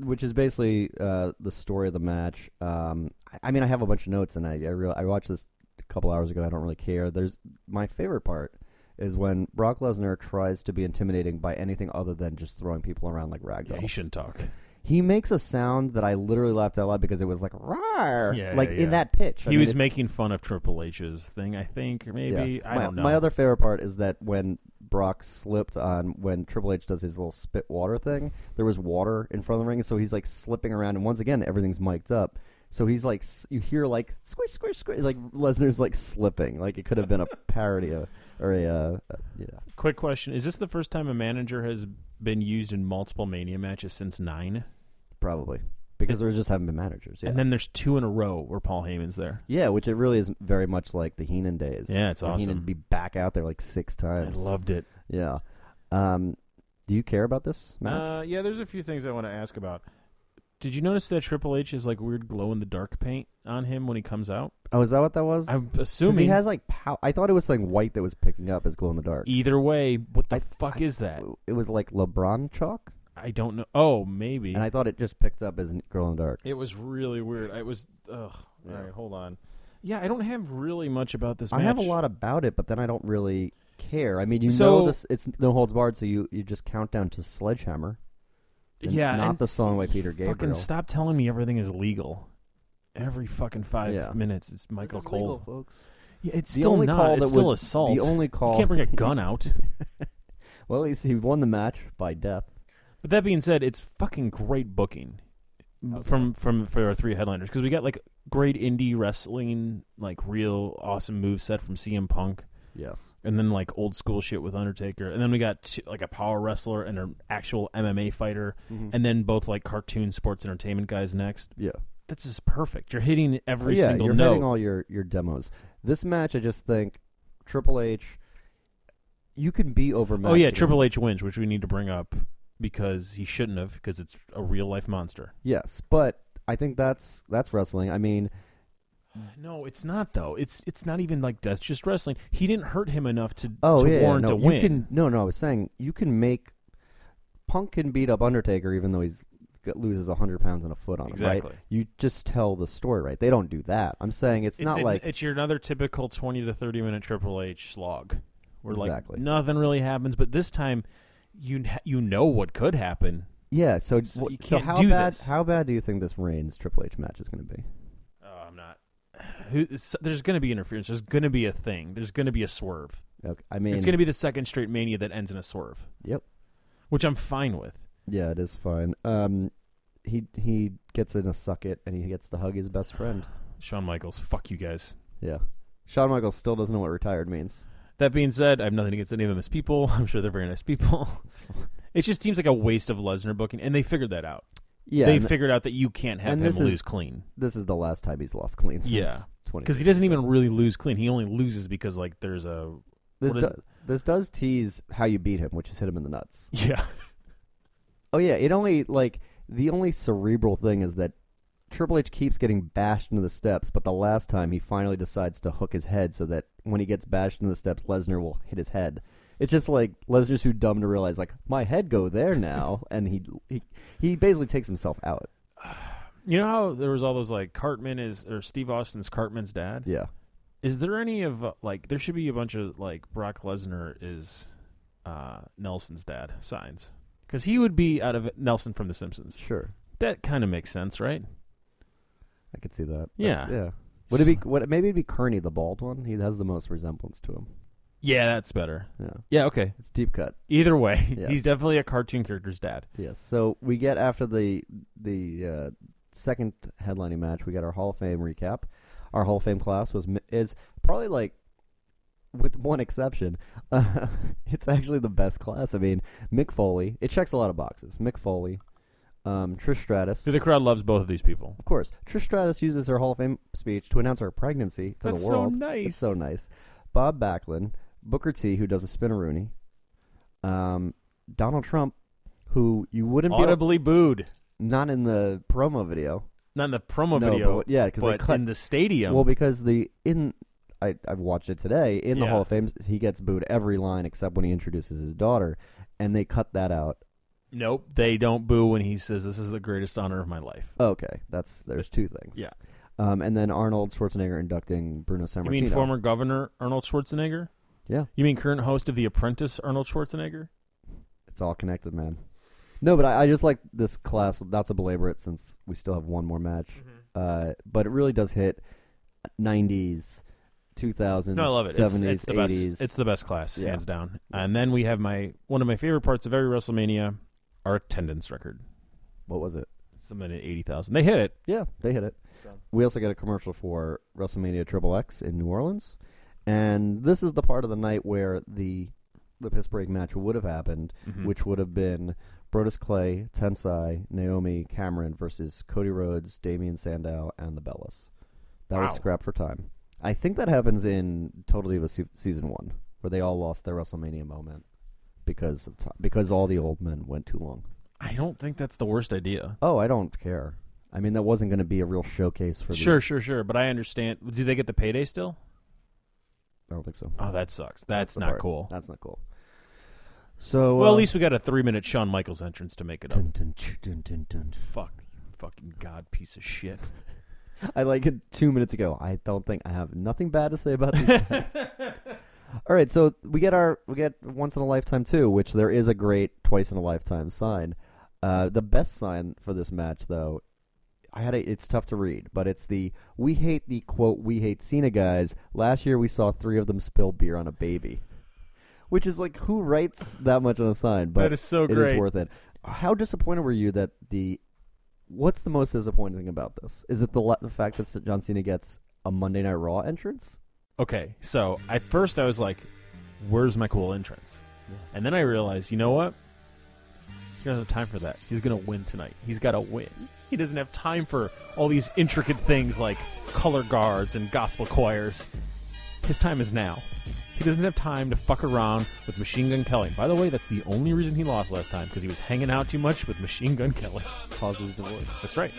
which is basically uh, the story of the match. Um, I, I mean, I have a bunch of notes, and I I, real, I watched this a couple hours ago. I don't really care. There's my favorite part is when Brock Lesnar tries to be intimidating by anything other than just throwing people around like ragdolls.
he shouldn't talk.
He makes a sound that I literally laughed out loud because it was like "rawr,"
Yeah,
like
yeah, yeah.
in that pitch. I
He
mean,
was
it-
making fun of Triple H's thing, I think, or maybe
Yeah.
I
my,
don't know.
My other favorite part is that when Brock slipped on when Triple H does his little spit water thing, there was water in front of the ring, so he's like slipping around, and once again everything's mic'd up. So he's like, s- you hear like squish, squish, squish, like Lesnar's like slipping, like it could have been a parody of, or a, uh, uh, yeah.
Quick question: Is this the first time a manager has been used in multiple Mania matches since nine?
probably because there just haven't been managers. Yeah.
And then there's two in a row where Paul Heyman's there.
yeah, which it really is very much like the Heenan days.
Yeah, it's
Where
awesome.
Heenan'd be back out there like six
I
times.
loved it.
Yeah. Um, do you care about this match?
Uh, yeah, there's a few things I want to ask about. Did you notice that Triple H is like weird glow in the dark paint on him when he comes out?
oh, is that what that was?
I'm
Because
assuming
he has like pow- I thought it was something white that was picking up as glow in the dark.
either way. What the
I-
fuck
I-
is that?
It was like LeBron chalk,
I don't know. Oh, maybe.
and I thought it just picked up as glow in the dark.
It was really weird. I was. Ugh.
Yeah.
All right, hold on. Yeah, I don't have really much about this.
I have a
match.
lot about it, but then I don't really care. I mean, you
So-
know this it's no holds barred, so you you just count down to Sledgehammer. and
Yeah,
not
and
the song by Peter Gabriel.
Fucking stop telling me everything is legal. Every fucking five
Yeah.
minutes, it's Michael Cole.
folks.
Yeah, it's
The
still
only
not.
call
it's
that
still
was
assault.
the only
you
call.
can't bring a gun out.
Well, he's, he won the match by death.
But that being said, it's fucking great booking from from for our three headliners because we got like great indie wrestling, like real awesome move set from CM Punk,
Yes.
and then like old school shit with Undertaker, and then we got t- like a power wrestler and an actual MMA fighter, and then both like cartoon sports entertainment guys next.
Yeah.
That's just perfect. You're hitting every
yeah,
single
you're
note.
hitting all your your demos. This match, I just think Triple H. You can be overmatched.
oh yeah,
against-
Triple H wins, which we need to bring up because he shouldn't have because it's a real life monster.
Yes, but I think that's that's wrestling. I mean,
No, it's not though. It's it's not even like that's just wrestling. He didn't hurt him enough to
oh
to
yeah,
warrant
no,
a
you
win.
can. No, no, I was saying you can make Punk can beat up Undertaker even though he's got- loses hundred pounds and a foot on him.
Exactly.
Right? You just tell the story right. They don't do that. I'm saying it's,
it's
not
an-
like
it's your another typical twenty to thirty minute Triple H slog, where
Exactly.
like nothing really happens. But this time, you kn- you know what could happen.
yeah. So
So you
wh- so
can't
how
do
bad
this.
how bad do you think this Reigns Triple H match is going to be?
Oh, I'm not. Who, s- there's going to be interference. There's going to be a thing. There's going to be a swerve.
Okay, I mean,
it's going to be the second straight mania that ends in a swerve,
yep.
which I'm fine with.
Yeah, it is fine. Um, he he gets in a sucket and he gets to hug his best friend.
Shawn Michaels, fuck you guys.
Yeah, Shawn Michaels still doesn't know what retired means.
That being said, I have nothing against any of them as people. I'm sure they're very nice people. it just seems like a waste of Lesnar booking, and they figured that out.
Yeah,
they
and
figured out that you can't have
and
him
this is-
lose clean
this is the last time he's lost clean. Since
Yeah. because
because
he doesn't even really lose clean. He only loses because like there's a
This
what is-
do, this does tease how you beat him, which is hit him in the nuts.
yeah.
Oh yeah, it only like the only cerebral thing is that Triple H keeps getting bashed into the steps, but the last time he finally decides to hook his head so that when he gets bashed into the steps, Lesnar will hit his head. It's just like Lesnar's too dumb to realize like my head go there now, and he he he basically takes himself out.
You know how there was all those like Cartman is or Steve Austin's Cartman's dad.
Yeah,
Is there any of uh, like there should be a bunch of like Brock Lesnar is uh, Nelson's dad signs because he would be out of Nelson from The Simpsons.
sure,
That kind of makes sense, right?
I could see that.
Yeah.
yeah. Would it be? Would it, maybe it'd be Kearney, the bald one? He has the most resemblance to him.
Yeah, that's better.
Yeah,
Yeah, okay.
it's deep cut.
Either way,
Yeah.
he's definitely a cartoon character's dad.
Yes. So we get after the the uh, second headlining match, we got our Hall of Fame recap. Our Hall of Fame class was mi- is probably like, with one exception, uh, it's actually the best class. I mean, Mick Foley. It checks a lot of boxes. Mick Foley, um, Trish Stratus.
The crowd loves both of these people.
Of course, Trish Stratus uses her Hall of Fame speech to announce her pregnancy to
That's
the
so
world.
nice.
It's so nice. Bob Backlund, Booker T, who does a spinneroonie, um, Donald Trump, who you wouldn't be able-
Audibly booed.
not in the promo video.
Not in the promo
No,
video.
but- yeah, 'cause they
but
cut-
in the um, stadium.
Well, because the in I I've watched it today in the
Yeah.
Hall of Fame, he gets booed every line except when he introduces his daughter, and they cut that out.
nope, they don't boo when he says, This is the greatest honor of my life.
Okay, that's there's two things.
Yeah.
Um, and then Arnold Schwarzenegger inducting Bruno Sammartino.
You mean former governor Arnold Schwarzenegger?
Yeah,
You mean current host of The Apprentice Arnold Schwarzenegger?
it's all connected, man. No, but I, I just like this class. Not to belabor it, since we still have one more match. Uh, but it really does hit '90s, 2000s,
No, I love it. It's-
70s,
it's, the
80s.
best. It's the best class,
Yeah.
hands down. And then we have my one of my favorite parts of every WrestleMania, our attendance record.
what was it?
Something at eighty thousand. They hit it.
Yeah, they hit it. We also got a commercial for WrestleMania Triple X in New Orleans, and this is the part of the night where the the piss break match would have happened,
Mm-hmm.
which would have been Brodus Clay, Tensai, Naomi, Cameron versus Cody Rhodes, Damian Sandow, and the Bellas. That was
Wow.
scrapped for time. I think that happens in Total Divas se- season one, where they all lost their WrestleMania moment because of time, because all the old men went too long.
I don't think that's the worst idea.
Oh, I don't care. I mean, that wasn't going to be a real showcase for
Sure,
these-
sure, sure. But I understand. Do they get the payday still?
I don't think so.
Oh, that sucks. That's,
the
not
part.
cool.
That's not cool. So
well,
uh,
at least we got a three-minute Shawn Michaels entrance to make it up.
Dun, dun, ch- dun, dun, dun.
Fuck, you fucking god, piece of shit.
I like it two minutes ago. I don't think I have nothing bad to say about these. guys. All right, so we get our we get once in a lifetime too, which there is a great twice in a lifetime sign. Uh, the best sign for this match, though, I had a, it's tough to read, but it's the we hate the quote we hate Cena guys. Last year we saw three of them spill beer on a baby, Which is like, who writes that much on a sign? But
That is so
It is
great.
worth it. How disappointed were you that the? What's the most disappointing thing about this? Is it the, la- the fact that John Cena gets a Monday Night Raw entrance?
Okay, so at first I was like, "Where's my cool entrance?" And then I realized, you know what? He doesn't have time for that. He's gonna win tonight. He's got to win. He doesn't have time for all these intricate things like color guards and gospel choirs. His time is now. He doesn't have time to fuck around with Machine Gun Kelly. By the way, that's the only reason he lost last time because he was hanging out too much with Machine Gun Kelly.
Causes divorce.
That's right.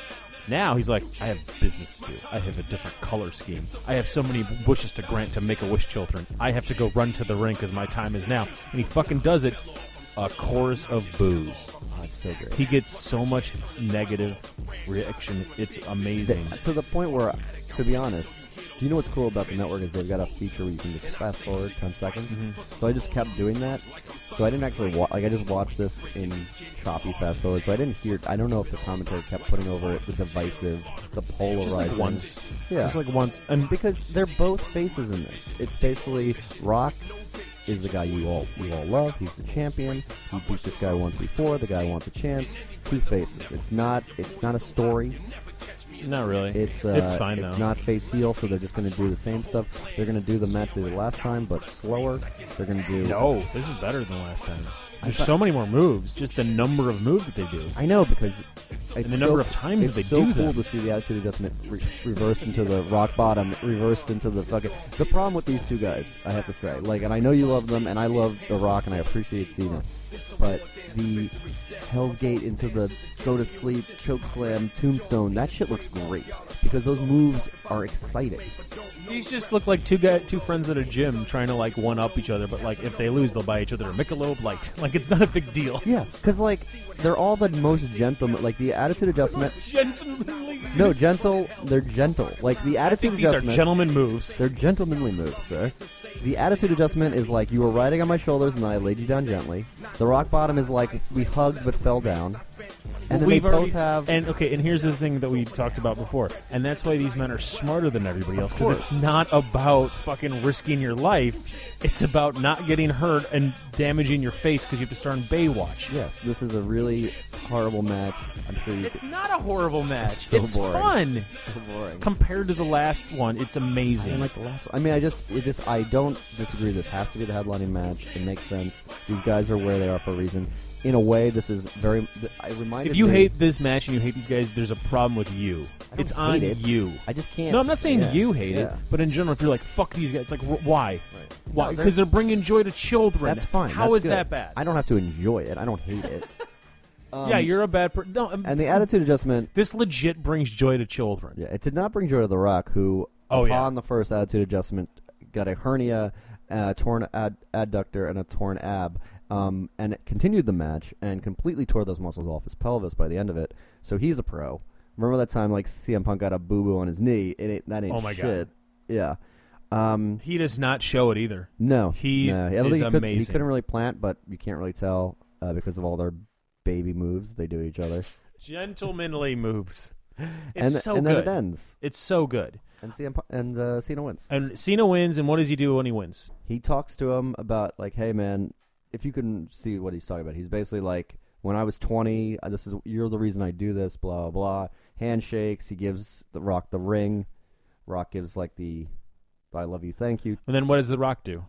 Now he's like, I have business to do. I have a different color scheme. I have so many wishes to grant to make a wish children. I have to go run to the rink because my time is now. And he fucking does it. A chorus of boos.
That's Oh, so great.
He gets so much negative reaction. It's amazing.
to the point where, to be honest, do you know what's cool about the network is they've got a feature where you can just fast forward 10 seconds.
Mm-hmm.
So I just kept doing that. So I didn't actually wa- like I just watched this in choppy fast forward. So I didn't hear. I don't know if the commentator kept putting over it the divisive, the polarizing.
Just like once.
Yeah.
Just like once. And
because they're both faces in this. It's basically Rock is the guy you all you all love. He's the champion. He beat this guy once before. The guy wants a chance. Two faces. It's not. It's not a story.
not really.
It's uh,
it's fine
It's
though.
not face heel, so they're just going to do the same stuff. They're going to do the match they did last time, but slower. They're going to do.
no, this is better than last time. There's
thought-
so many more moves. Just the number of moves that they do.
I know because it's
the
so-
number of times that
it's
they
so
do
cool
that.
to see the attitude adjustment re- reversed into the rock bottom, reversed into the fucking. The problem with these two guys, I have to say, like, and I know you love them, and I love the Rock, and I appreciate Cena, but the Hell's Gate into the go to sleep choke slam tombstone, that shit looks great because those moves are exciting.
These just look like two guy, two friends at a gym trying to like one up each other. But like, if they lose, they'll buy each other a Michelob Light. Like, it's not a big deal.
Yeah, because like they're all the most gentle. Like the attitude adjustment.
Gentlemanly.
No, gentle. They're gentle. Like the
These
attitude
are
adjustment.
gentleman moves.
They're gentlemanly moves, sir. The attitude adjustment is like you were riding on my shoulders and then I laid you down gently. The rock bottom is like we hugged but fell down. And then
We've
they both
already
have.
and okay, and here's the thing that we talked about before, and that's why these men are smarter than everybody else because it's not about fucking risking your life. It's about not getting hurt and damaging your face because you have to start in Baywatch.
yes, this is a really horrible match. I'm sure you.
It's not a horrible match.
so
it's
boring.
fun
so boring.
compared to the last one. It's amazing.
And like the last, I mean, I just it just I don't disagree. This has to be the headlining match. It makes sense. These guys are where they are for a reason. In a way, this is very. th- I reminded.
If you
me-
hate this match and you hate these guys, there's a problem with you.
I don't
It's on
hate it.
you.
I just can't.
No, I'm not saying
yeah,
you hate it,
yeah.
but in general, if you're like "fuck these guys," it's like wh- why, why?
No, they're-
Because they're bringing joy to children.
That's fine.
How
That's
is
good.
that bad?
I don't have to enjoy it. I don't hate it.
yeah, you're a bad person. No, I'm-
and the attitude adjustment.
this legit brings joy to children.
Yeah, it did not bring joy to The Rock, who
Oh, yeah.
upon the first attitude adjustment got a hernia, a torn ad- adductor, and a torn ab, um, and it continued the match and completely tore those muscles off his pelvis by the end of it. So he's a pro. Remember that time like CM Punk got a boo boo on his knee? It ain't, that ain't
Oh, my God.
shit. Yeah. Um,
He does not show it either.
no,
He
no. I don't
is
think he could, He
amazing.
couldn't really plant, but you can't really tell uh, because of all their baby moves they do to each other.
Gentlemanly moves.
and
It's so
and
good.
then it ends,
It's so good.
and CM Punk- and uh, Cena wins.
And Cena wins, and what does he do when he wins?
he talks to him about like, hey man, if you can see what he's talking about, he's basically like, when I was 20, uh, this is you're the reason I do this, blah blah. blah. Handshakes. He gives the Rock the ring. Rock gives like the, I love you, thank you.
And then what does The Rock do?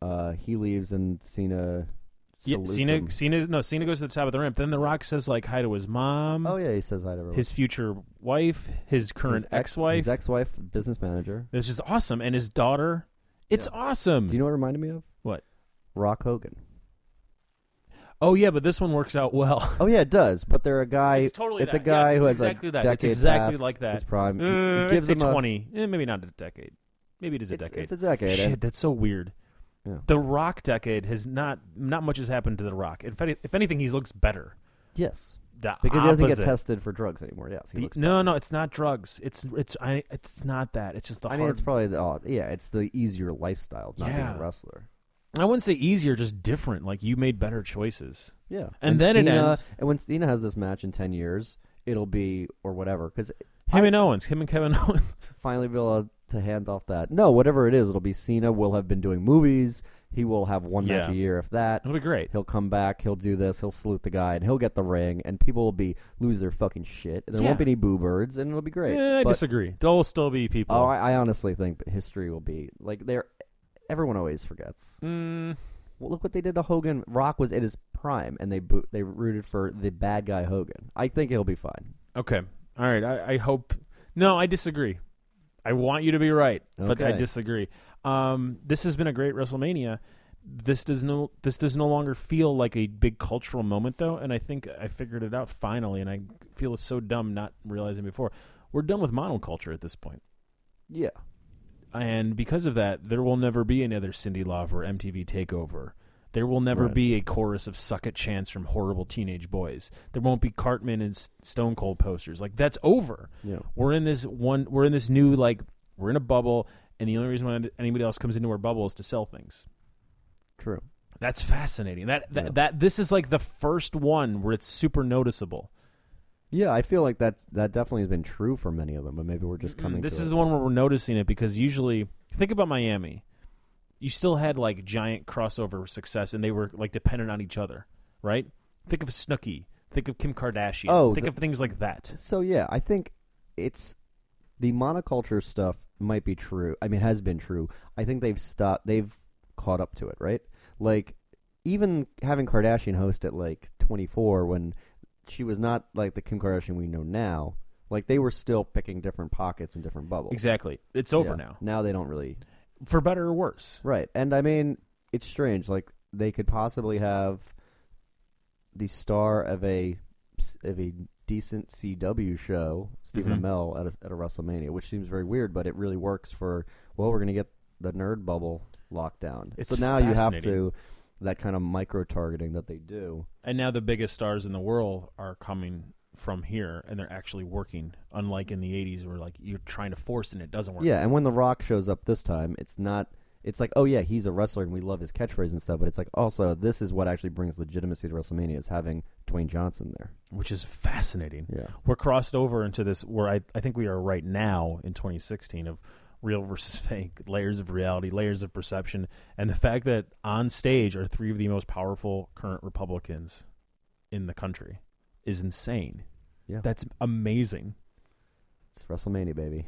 Uh, he leaves and Cena.
Yeah,
salutes
Cena,
him.
Cena, no, Cena goes to the top of the ramp. Then The Rock says like hi to his mom.
Oh yeah, he says hi to everyone.
his future wife, his current
His ex-
ex-wife.
his ex-wife, business manager.
It's just awesome, and his daughter. It's awesome.
Do you know what it reminded me of?
what?
Rock Hogan.
Oh yeah, but this one works out well.
Oh yeah, it does. But they're a guy.
It's totally.
It's
that.
a guy
Yes,
who
it's
has
exactly
a
that.
decade
It's exactly
past
like that.
His prime. He-
Uh,
he, gives
I'd
him
say
a
twenty. Eh, maybe not a decade. Maybe it is a
It's-
decade.
it's a decade, eh?
Shit, that's so weird.
Yeah.
The Rock decade has not not much has happened to The Rock. If, any, if anything, he looks better.
Yes,
The
because he doesn't get
opposite.
tested for drugs anymore. Yes, he
The-
looks
no, no, it's not drugs. It's it's I, it's not that. It's just the
I
hard.
mean, it's probably the oh, yeah, it's the easier lifestyle of not being
Yeah.
a wrestler.
I wouldn't say easier, just different. Like you made better choices.
Yeah,
And then it
Cena-
ends-
And when Cena has this match in ten years, it'll be or whatever because
Him and Owens, him and Kevin Owens.
finally be able to hand off that. No, whatever it is, it'll be Cena will have been doing movies. He will have one match
Yeah.
a year, if that.
It'll be great.
He'll come back. He'll do this. He'll salute the guy, and he'll get the ring. And people will be lose their fucking shit. And there won't be
Yeah.
any boo birds, and it'll be great.
Yeah, Eh, I
But-
disagree. There'll still be people.
Oh, I, I honestly think that history will be like there. Everyone always forgets.
Mm,
Well, look what they did to Hogan. Rock was at his prime, and they boo- they rooted for the bad guy Hogan. I think he'll be fine.
okay. All right. I, I hope. No, I disagree. I want you to be right, but I
Okay.
disagree. Um, this has been a great WrestleMania. This does no. This does no longer feel like a big cultural moment, though, and I think I figured it out finally. And I feel so dumb not realizing before. We're done with monoculture at this point,
Yeah,
and because of that, there will never be another Cindy Lauper MTV Takeover. There will never
Right.
be a chorus of "suck it" chants from horrible teenage boys. There won't be Cartman and S- Stone Cold posters. Like that's over
yeah.
we're in this one we're in this new like we're in a bubble and the only reason why anybody else comes into our bubble is to sell things
True.
that's fascinating that that,
Yeah.
that this is like the first one where it's super noticeable
Yeah, I feel like that's that definitely has been true for many of them, but maybe we're just coming.
this
to
is
it.
the one where we're noticing it because usually think about miami you still had like giant crossover success and they were like dependent on each other right think of snooki think of kim kardashian
Oh,
think
the-
of things like that
So yeah, I think it's the monoculture stuff might be true. I mean, has been true. I think they've stopped. They've caught up to it, right? Like even having Kardashian host at like 24 when she was not like the Kim Kardashian we know now. Like they were still picking different pockets and different bubbles.
exactly it's over
Yeah.
now
Now they don't really
for better or worse
Right. And I mean, it's strange. Like they could possibly have the star of a of a decent CW show, Stephen
Mhm.
Amell, at a, at a WrestleMania, which seems very weird, but it really works for. Well, we're going to get the nerd bubble locked down.
It's
so now you have
fascinating.
to that kind of micro targeting that they do.
And now the biggest stars in the world are coming from here and they're actually working, unlike in the 80s where like you're trying to force and it doesn't work.
Yeah, and when The Rock shows up this time, it's not. It's like, oh yeah, he's a wrestler and we love his catchphrase and stuff, but it's like also this is what actually brings legitimacy to WrestleMania is having Dwayne Johnson there.
Which is fascinating.
Yeah.
We're crossed over into this where I, I think we are right now in 2016 of real versus fake, layers of reality, layers of perception, and the fact that on stage are three of the most powerful current Republicans in the country is insane.
Yeah.
That's amazing.
It's WrestleMania, baby.